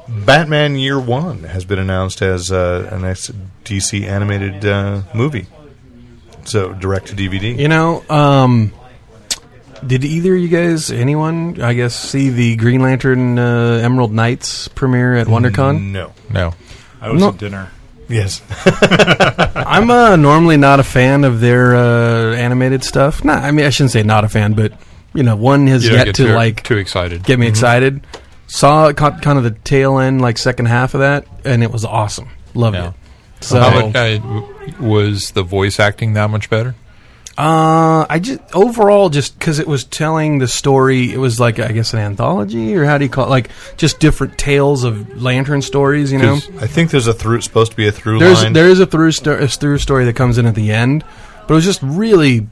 D: Batman Year One has been announced as uh, a next DC animated uh, movie. So direct to DVD.
B: You know, um, did either of you guys, anyone, I guess, see the Green Lantern uh, Emerald Knights premiere at
C: Mm.
B: WonderCon?
D: No.
C: No.
E: I was
B: No.
E: at dinner.
D: Yes.
B: I'm uh, normally not a fan of their uh, animated stuff. Nah, I mean, I shouldn't say not a fan, but you know, one has
C: You don't
B: yet
C: get
B: to
C: too,
B: like
C: too excited.
B: get me excited. Saw it caught kind of the tail end, like second half of that, and it was awesome. Loved
C: Yeah.
B: it. So
C: How much, uh, w- was the voice acting that much better?
B: Uh, I just overall just because it was telling the story. It was like I guess an anthology or how do you call it? Like just different tales of lantern stories. You know,
C: 'Cause
D: I think there's a through supposed to be a through
B: there's
D: line.
B: there is a through sto- a through story that comes in at the end, but it was just really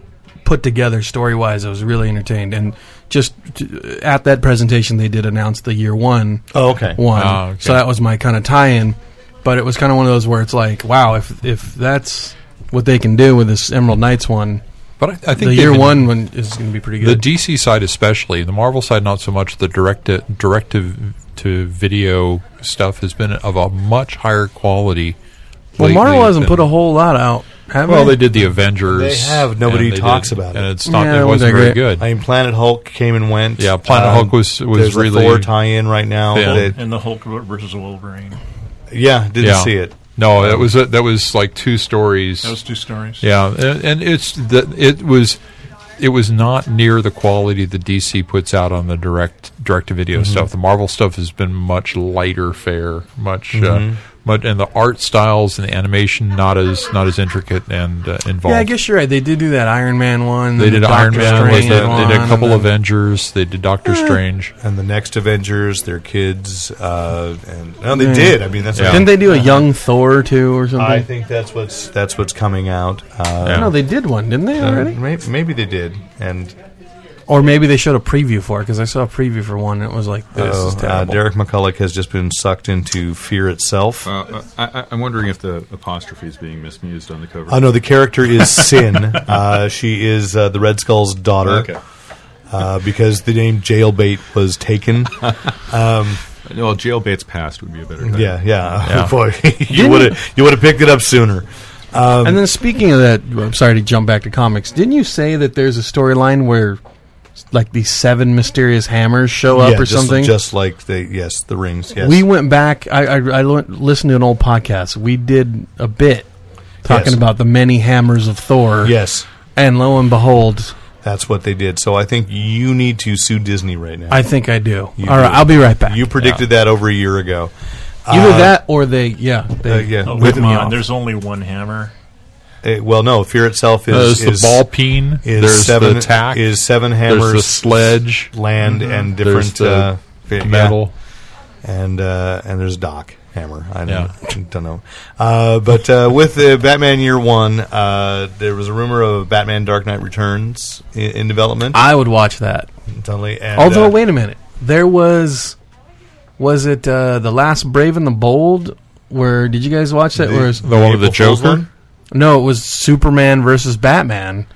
B: put together story wise. I was really entertained and just t- at that presentation they did announce the year one
D: oh, okay.
B: one.
C: Ah, okay.
B: So that was my kind of tie-in, but it was kind of one of those where it's like, wow, if if that's what they can do with this Emerald Knights one.
C: But I, I think
B: The
C: they've
B: year
C: been-
B: one one is going to be pretty good.
C: the DC side especially, the Marvel side not so much. The direct to, direct to, to video stuff has been of a much higher quality.
B: Well,
C: lately
B: Marvel hasn't
C: than-
B: put a whole lot out. Have
C: Well, they did the Avengers.
D: They have. Nobody
C: and they
D: talks
C: did-
D: about it.
C: and it's not.
B: Yeah,
C: it wasn't
B: they're
C: very
B: great.
C: good.
D: I mean, Planet Hulk came and went. Um,
C: Yeah, Planet Hulk was- was
D: there's a
C: really-
D: Thor tie-in right now.
C: Yeah.
D: that-
E: And the Hulk versus Wolverine.
D: yeah, didn't
C: yeah.
D: see it.
C: No, that was a, that was like two stories.
E: Those two stories.
C: Yeah, and, and it's the it was it was not near the quality that DC puts out on the direct direct to video stuff. The Marvel stuff has been much lighter fare, much uh, but and the art styles and the animation not as not as intricate and uh, involved.
B: yeah, I guess you're right. They did do that Iron Man one.
C: they
B: and
C: did
B: the
C: Iron
B: Doctor
C: Man.
B: Strange
C: they did- they
B: one,
C: did a couple
B: and then-
C: Avengers. They did Doctor Strange.
D: And the next Avengers, their kids, uh, and no, they did. I mean, that's.
C: Yeah.
B: Didn't they do a Young Thor too or something?
D: I think that's what's that's what's coming out. Uh,
B: no, they did one, didn't they already?
D: maybe, maybe they did, and
B: Or maybe they showed a preview for it because I saw a preview for one. and It was like this
C: Oh,
D: uh,
B: is
D: uh,
B: terrible.
D: Derek McCulloch has just been sucked into fear itself.
F: Uh, uh, I, I- I'm wondering if the apostrophe is being misused on the cover.
D: Oh no, the character is Sin. uh, she is uh, the Red Skull's daughter.
F: Okay.
D: uh, because the name Jailbait was taken.
F: Well, jailbait's past would be a better. Title.
D: yeah, yeah.
C: Yeah.
D: Boy, you would have you would have picked it up sooner.
B: and then speaking of that, I'm sorry to jump back to comics. Didn't you say that there's a storyline where like these seven mysterious hammers show up
D: yeah,
B: or
D: just,
B: something?
D: Just like the yes, the rings. Yes.
B: We went back. I, I, I learnt- listened to an old podcast. We did a bit talking
D: Yes.
B: about the many hammers of Thor.
D: yes,
B: And lo and behold,
D: that's what they did. So I think you need to sue Disney right now.
B: I think I do.
D: You
B: All right,
D: do.
B: I'll be right back.
D: you predicted that over a year ago.
B: Either
D: uh,
B: that or they, yeah, they,
D: Uh, yeah,
E: Oh,
D: with
E: come
B: me
E: on.
B: off.
E: There's only one hammer.
D: eh, well, no, fear itself
C: Uh,
D: is,
C: there's
D: is
C: the ball peen.
D: Is
C: There's
D: seven
C: the tack.
D: Is seven hammers
C: there's the sledge.
D: land
C: Mm-hmm.
D: and
C: There's
D: different
C: the
D: uh, fi- yeah.
C: Metal.
D: and uh, and there's Doc Hammer. I don't,
C: Yeah.
D: don't know, uh, but uh, with the Batman Year One, uh, there was a rumor of Batman Dark Knight Returns in, in development.
B: I would watch that.
D: Totally. And,
B: Although,
D: uh,
B: wait a minute, there was, was it uh, the last Brave and the Bold? Where did you guys watch that? Whereas
C: The one with the
D: April Fool's
C: Joker?
D: one?
B: no, it was Superman versus Batman,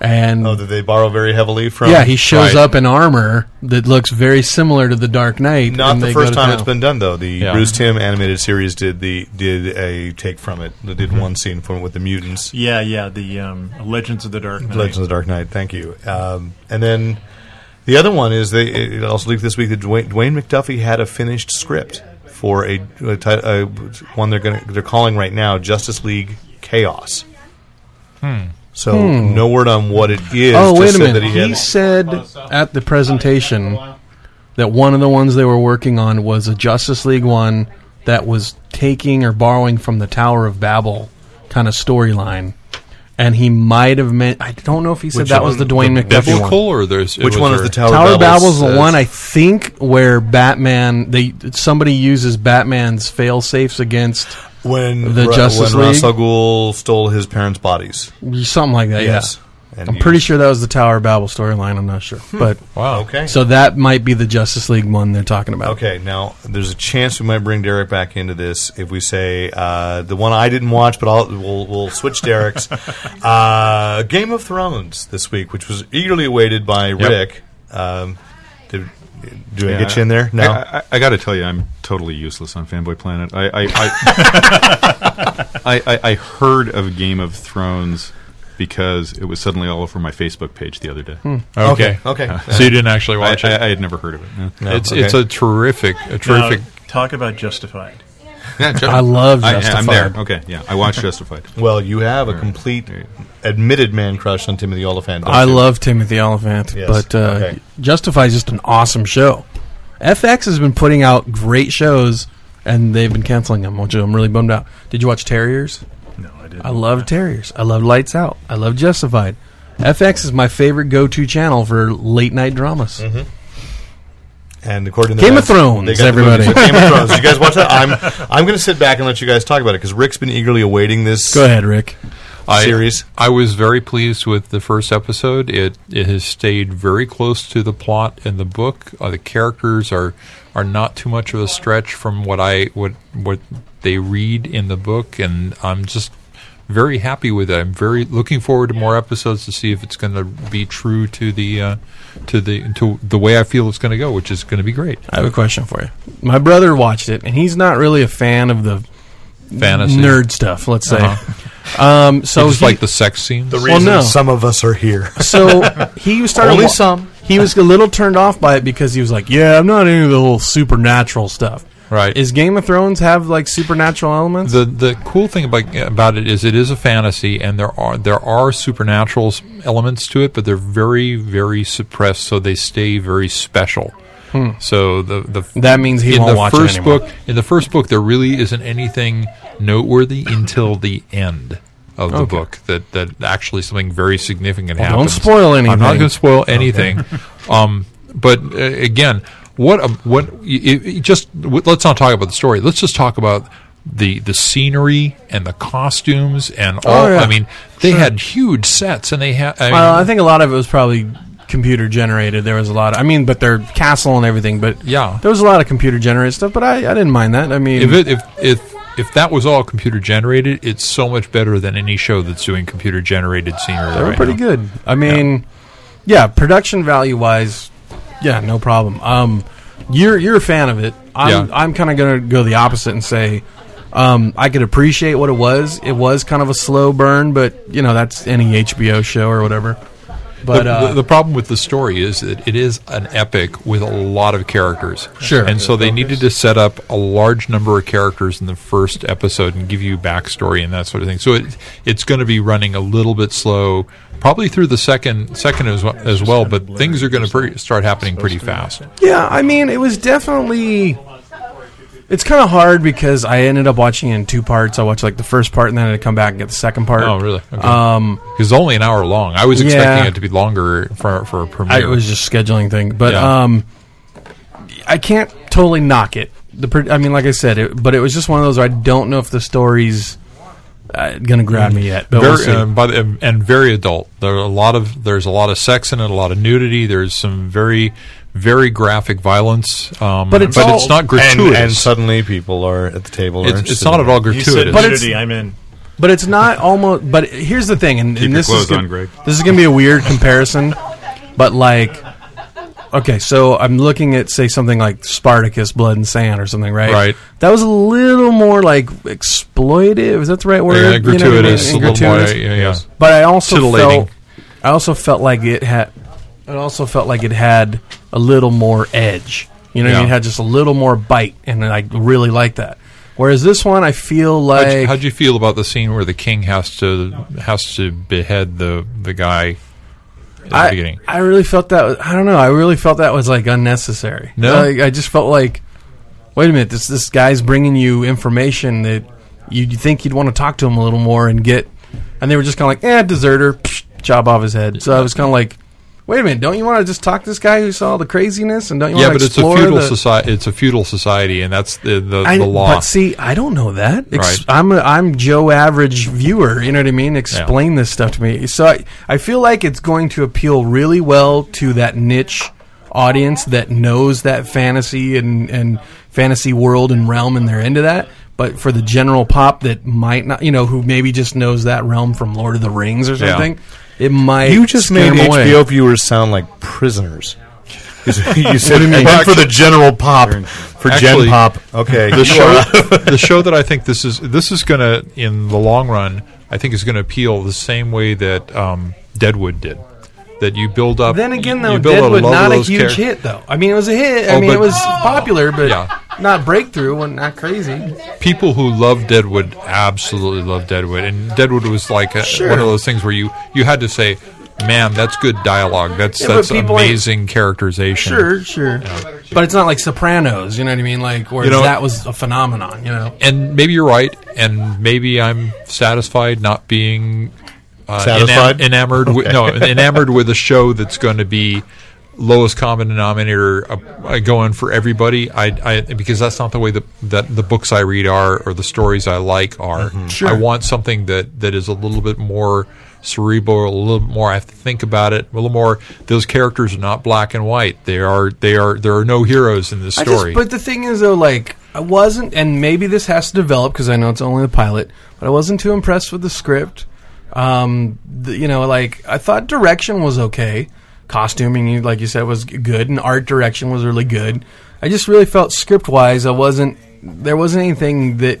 B: and
D: Oh, that they borrow very heavily from.
B: yeah, he shows
C: Right.
B: up in armor that looks very similar to the Dark Knight.
D: Not
B: and
D: the
B: they go
D: first
B: to
D: time
B: town.
D: it's been done, though. The
C: Yeah.
D: Bruce Tim animated series did the did a take from it. They
B: Mm-hmm.
D: did one scene from it with the mutants.
E: Yeah, yeah. The um, Legends of the Dark Knight.
D: Legends of the Dark Knight. Thank you. Um, and then the other one is they it also leaked this week that Dwayne, Dwayne McDuffie had a finished script for a, a, ti- a
B: Hmm.
D: one they're going they're calling right now Justice League Chaos. So no word on what it is.
B: Oh,
D: just
B: wait a
D: said
B: minute.
D: That he,
B: He,
D: had,
B: said at the presentation that one of the ones they were working on was a Justice League one that was taking or borrowing from the Tower of Babel kind of storyline. And he might have meant. I don't know if he said
D: Which
B: that was the
D: one?
B: Dwayne McDuffie one.
C: biblical or there's
D: which
C: was
D: one is
C: there-
D: the Tower,
B: Tower of Babel's
D: Babel's
B: the one I think where Batman they somebody uses Batman's fail safes against
D: when
B: the
D: Ra-
B: Justice
D: when
B: League?
D: Ra's al Ghul stole his parents' bodies.
B: something like that.
D: Yes,
B: Yeah.
D: And
B: I'm
D: you-
B: pretty sure that was the Tower of Babel storyline. I'm not sure, but
C: Wow.
D: Okay.
B: so that might be the Justice League one they're talking about.
D: Okay, now there's a chance we might bring Derek back into this if we say uh, the one I didn't watch, but I'll, we'll we'll switch Derek's uh, Game of Thrones this week, which was eagerly awaited by Rick. Um, did, do I
F: Yeah,
D: get you in there? No.
F: I, I, I got to tell you, I'm totally useless on Fanboy Planet. I I, I, I, I I heard of Game of Thrones because it was suddenly all over my Facebook page the other day.
C: Okay.
D: okay.
C: So you didn't actually
F: I,
C: watch
F: I,
C: it.
F: I had never heard of Hmm. it. no.
C: it's
D: Oh, okay.
C: it's a terrific a
E: Now,
C: terrific.
E: talk about Justified.
F: Yeah, Ju-
B: I love
F: I,
B: Justified.
F: I'm there. Okay, yeah, I watched Justified.
D: Well, you have a complete admitted man crush on Timothy Oliphant. don't
B: I
D: you?
B: love Timothy Oliphant,
D: Yes.
B: but uh,
D: Okay.
B: Justify is just an awesome show. FX has been putting out great shows, and they've been canceling them, which I'm really bummed out. Did you watch Terriers?
E: No, I didn't.
B: I love Terriers. I love Lights Out. I love Justified. FX is my favorite go-to channel for late night dramas.
D: And according to
B: Game
D: that,
B: of Thrones,
D: they got the
B: everybody.
D: movies with Game of Thrones. You guys watch that? I'm I'm going to sit back and let you guys talk about it because Rick's been eagerly awaiting this
B: Go ahead, Rick.
C: I,
D: series.
C: I was very pleased with the first episode. It it has stayed very close to the plot in the book. Uh, the characters are are not too much of a stretch from what I what what they read in the book, and I'm just very happy with it. I'm very looking forward to more episodes to see if it's going to be true to the uh, to the to the way I feel it's going to go, which is going to be great.
B: I have a question for you. My brother watched it, and he's not really a fan of the
C: Fantasy
B: nerd stuff. Let's say. Um, so
C: Just
B: he-
C: like the sex scenes.
D: The
B: Well,
D: reason
B: no.
D: some of us are here.
B: So he started
D: Only some.
B: He was a little turned off by it because he was like, "Yeah, I'm not into the whole supernatural stuff."
C: Right.
B: Is Game of Thrones have like supernatural elements?
C: The the cool thing about about it is it is a fantasy, and there are there are supernatural s- elements to it, but they're very very suppressed, so they stay very special. So the the
B: Hmm. That means he
C: in
B: won't
C: the
B: watch it
C: first
B: anymore.
C: book in the first book there really isn't anything noteworthy until the end of the book that that actually something very significant
B: Well,
C: happens.
B: don't spoil
C: I'm not
B: anything.
C: going to spoil anything. um, but uh, again, what a, what y y- just w- let's not talk about the story. Let's just talk about the the scenery and the costumes and all.
B: Oh, yeah.
C: I mean, they had huge sets and they had. I mean,
B: well, I think a lot of it was probably computer generated. There was a lot. Of, I mean, but their castle and everything. But
C: Yeah.
B: there was a lot of computer generated stuff. But I, I didn't mind that. I mean,
C: if it if if if that was all computer generated, it's so much better than any show that's doing computer generated scenery.
B: They were
C: right
B: pretty
C: now.
B: good. I mean, yeah. production value wise, yeah, no problem. Um, you're you're a fan of it. I'm
C: Yeah.
B: I'm kind of gonna go the opposite and say, um, I could appreciate what it was. It was kind of a slow burn, but you know that's any HBO show or whatever. But
C: the,
B: uh,
C: the, the problem with the story is that it is an epic with a lot of characters.
B: Sure.
C: And so they needed to set up a large number of characters in the first episode and give you backstory and that sort of thing. So it it's going to be running a little bit slow, probably through the second second as, well- as well. But things are going to pre- start happening pretty fast.
B: Yeah, I mean, it was definitely. It's kind of hard because I ended up watching it in two parts. I watched like the first part and then I had to come back and get the second part.
C: Oh, really? Okay.
B: Um,
C: Because only an hour long. I was expecting
B: Yeah.
C: it to be longer for for a
B: I,
C: premiere.
B: it was just scheduling thing, but
C: Yeah.
B: um, I can't totally knock it. The pr- I mean, like I said, it, but it was just one of those where I don't know if the story's uh, gonna grab me yet. But we'll
C: very,
B: see.
C: um, by the, um, and very adult. There are a lot of there's a lot of sex in it, a lot of nudity. There's some very very graphic violence, um,
B: But it's all-
C: not
D: and,
C: gratuitous.
D: and suddenly people are at the table. are
C: it's, it's
D: interested
C: not
D: in
C: at all
E: You said
C: gratuitous.
B: But it's-
E: nudity. I'm in.
B: but it's not almost. But here's the thing, and, and
F: your
B: this
F: clothes
B: is gonna,
F: on, Greg.
B: this is gonna be a weird comparison, but like. Okay, so I'm looking at say something like Spartacus, Blood and Sand, or something, right?
C: Right.
B: That was a little more like exploitive. Is that the right word?
C: yeah,
B: You know what I mean?
C: gratuitous, a little more.
B: Gratuitous.
C: Yeah, yeah.
B: But I also
C: Titillating.
B: felt I also felt like it had it also felt like it had a little more edge. You know, what I mean?
C: Yeah.
B: it had just a little more bite, and I really like that. Whereas this one, I feel like
C: How'd you, how'd you feel about the scene where the king has to has to behead the the guy at the
B: I,
C: beginning?
B: I really felt that. was- I don't know. I really felt that was like unnecessary.
C: No?
B: Like, I just felt like, wait a minute, this this guy's bringing you information that you'd think you'd want to talk to him a little more and get, and they were just kind of like, eh, deserter, psh, chop off his head. So I was kind of like, wait a minute, don't you want to just talk to this guy who saw the craziness and don't you
C: Yeah,
B: want
C: but
B: to
C: it's a
B: explore
C: feudal
B: the,
C: society. It's a feudal society, and that's the the,
B: I,
C: the law.
B: But see, I don't know that. Ex-
C: Right.
B: I'm a, I'm Joe average viewer. You know what I mean? Explain this stuff to me. So I, I feel like it's going to appeal really well to that niche audience that knows that fantasy and and fantasy world and realm, and they're into that. But for the general pop that might not, you know, who maybe just knows that realm from Lord of the Rings or
C: Yeah.
B: something, it might.
D: You just
B: scare
D: made
B: 'em away.
D: HBO viewers sound like prisoners. you said
B: you mean?
D: "And for the general pop, for
C: Actually,
D: Gen Pop. Okay,
C: the show the show that I think this is this is going to in the long run I think is going to appeal the same way that um, Deadwood did. That you build up.
B: Then again,
C: you
B: though,
C: build
B: Deadwood
C: love of
B: not a
C: those
B: huge
C: characters.
B: hit, though. I mean, it was a hit. I
C: Oh,
B: mean,
C: but-
B: it was popular, but
C: Yeah.
B: not breakthrough and not crazy.
C: people who love Deadwood absolutely love Deadwood, and Deadwood was like a, one of those things where you you had to say, "Man, that's good dialogue. That's
B: but
C: that's
B: people ain't-
C: amazing characterization."
B: Sure, sure. But it's not like Sopranos, you know what I mean? Like, where
C: You know-
B: that was a phenomenon, you know?
C: And maybe you're right, and maybe I'm satisfied not being uh,
D: Satisfied?
C: enam- enamored. With, no, enamored with a show that's going to be lowest common denominator uh, uh, going for everybody. I, I because that's not the way that, that the books I read are or the stories I like are. I want something that that is a little bit more cerebral, a little bit more. I have to think about it a little more. Those characters are not black and white. They are. They are. There are no heroes in this
B: I just,
C: story.
B: but the thing is, though, like, I wasn't, and maybe this has to develop because I know it's only the pilot, but I wasn't too impressed with the script. Um, the, you know, like, I thought direction was okay. Costuming, you- like you said, was g- good, and art direction was really good. I just really felt script wise, I wasn't, there wasn't anything that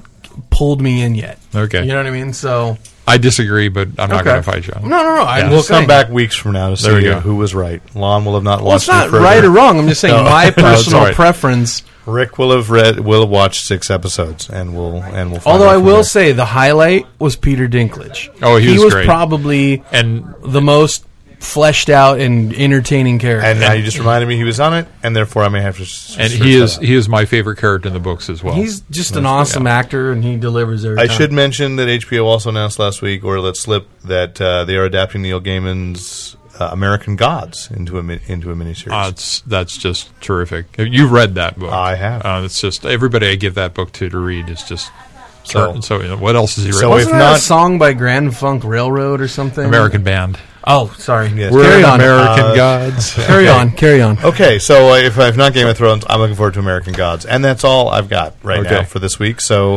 B: pulled me in yet.
C: Okay.
B: You know what I mean? So.
C: I disagree, but I'm not going to fight you. on it.
B: No, no, no. I'm
D: We'll
B: just saying.
D: come back weeks from now to see
C: we go.
D: who was right. Lon will have not
B: Well, it's
D: watched.
B: not
D: any further.
B: right or wrong. I'm just saying
D: No. No,
B: my
D: it's
B: personal
D: all right.
B: preference.
D: Rick will have read. Will have watched six episodes, and will and will. Find
B: Although
D: out
B: I
D: from
B: will
D: there.
B: say the highlight was Peter Dinklage.
C: Oh, he was great.
B: probably
C: And
B: the most fleshed out and entertaining character.
D: And now you just reminded me he was on it, and therefore I may have to. s-
C: and
D: search
C: he
D: that
C: is
D: out.
C: he is my favorite character in the books as well.
B: He's just an awesome actor, and he delivers every
D: I
B: time.
D: should mention that HBO also announced last week, or let slip, that uh, they are adapting Neil Gaiman's uh, American Gods into a mi- into a miniseries.
C: uh, it's, that's just terrific. You've read that book.
D: I have.
C: Uh, it's just everybody I give that book to to read is just
D: So-
C: so. so you know, what else has he
D: So
C: written?
D: if
B: Wasn't that
D: not-
B: a song by Grand Funk Railroad or something?
C: American Band.
B: Oh, sorry.
D: Yes.
C: We're
B: Carry
C: in
B: on.
C: American
D: Uh,
C: Gods.
B: Carry on. Carry on.
D: Okay, so uh, if, if not Game of Thrones, I'm looking forward to American Gods, and that's all I've got right
C: Okay.
D: now for this week. So,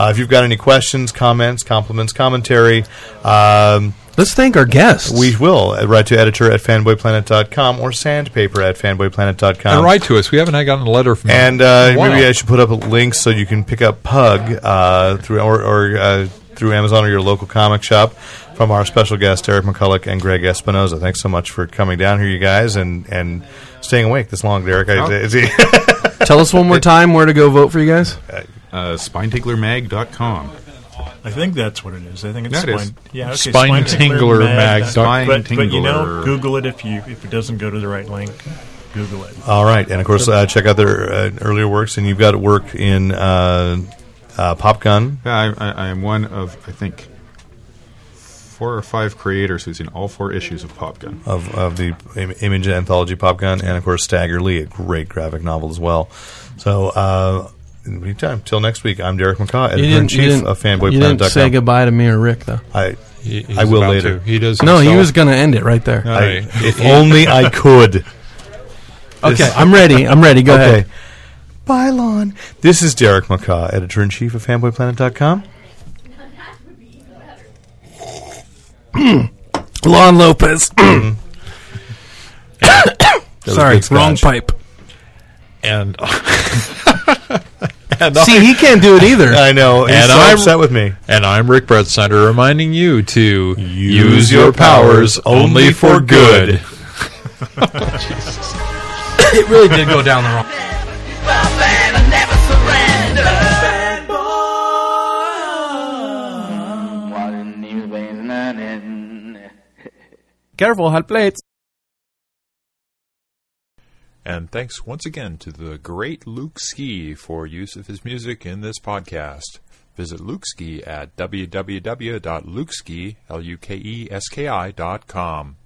D: uh, if you've got any questions, comments, compliments, commentary, um,
B: Let's thank our guests.
D: we will uh, write to editor at fanboyplanet.com or sandpaper at fanboyplanet.com.
C: And Uh, write to us. We haven't had gotten a letter from
D: And
C: him.
D: uh,
C: Wow.
D: maybe I should put up a link so you can pick up Pug uh, through or, or uh, through Amazon or your local comic shop from our special guests Eric McCulloch and Greg Espinoza. Thanks so much for coming down here, you guys, and and staying awake this long, Derek. I, is he-
B: Tell us one more time where to go vote for you guys.
F: Uh, SpineTicklerMag.com.
E: I think that's what it is. I think it's
F: That
E: spine.
F: is.
E: Yeah, okay,
C: Spine Tingler Mag.
E: Mag.
F: Spine
E: But, but you know,
F: Tingler.
E: Google it if you if it doesn't go to the right link. Google it.
D: All right, and of course, uh, check out their uh, earlier works, and you've got work in uh, uh, Pop Gun.
F: Yeah, I, I, I am one of I think four or five creators who's in all four issues of Pop Gun.
D: of, of the Im- image anthology Pop Gun, and of course Stagger Lee, a great graphic novel as well. So, uh, in the meantime, till next week, I'm Derek McCaw,
B: You
D: editor in
B: didn't, you
D: chief
B: didn't,
D: of
B: you didn't say
D: fanboyplanet.com.
B: goodbye to me or Rick, though.
D: I,
C: He- he's
D: I will
C: about
D: later.
C: to. He does.
B: No, he
C: himself.
B: was going to end it right there.
C: All
D: I,
C: right.
D: if only I could.
B: Okay, I'm ready. I'm ready. Go
D: Okay.
B: ahead.
D: Bye, Lon. This is Derek McCaw, editor in chief of fanboyplanet.com.
B: Lon Lopez.
D: was
B: Sorry,
D: good
B: wrong
D: scotch.
B: pipe.
C: and
B: See, he can't do it either.
D: I know. He's
C: And
D: so
C: I'm-
D: upset with me.
C: And I'm Rick Brettsender reminding you to
D: Use your powers only for good.
B: it really did go down the wrong.
G: Never surrender. Fanboy. Careful, hot plates.
C: And thanks once again to the great Luke Ski for use of his music in this podcast. Visit Luke E Ski at www.lukeski.com.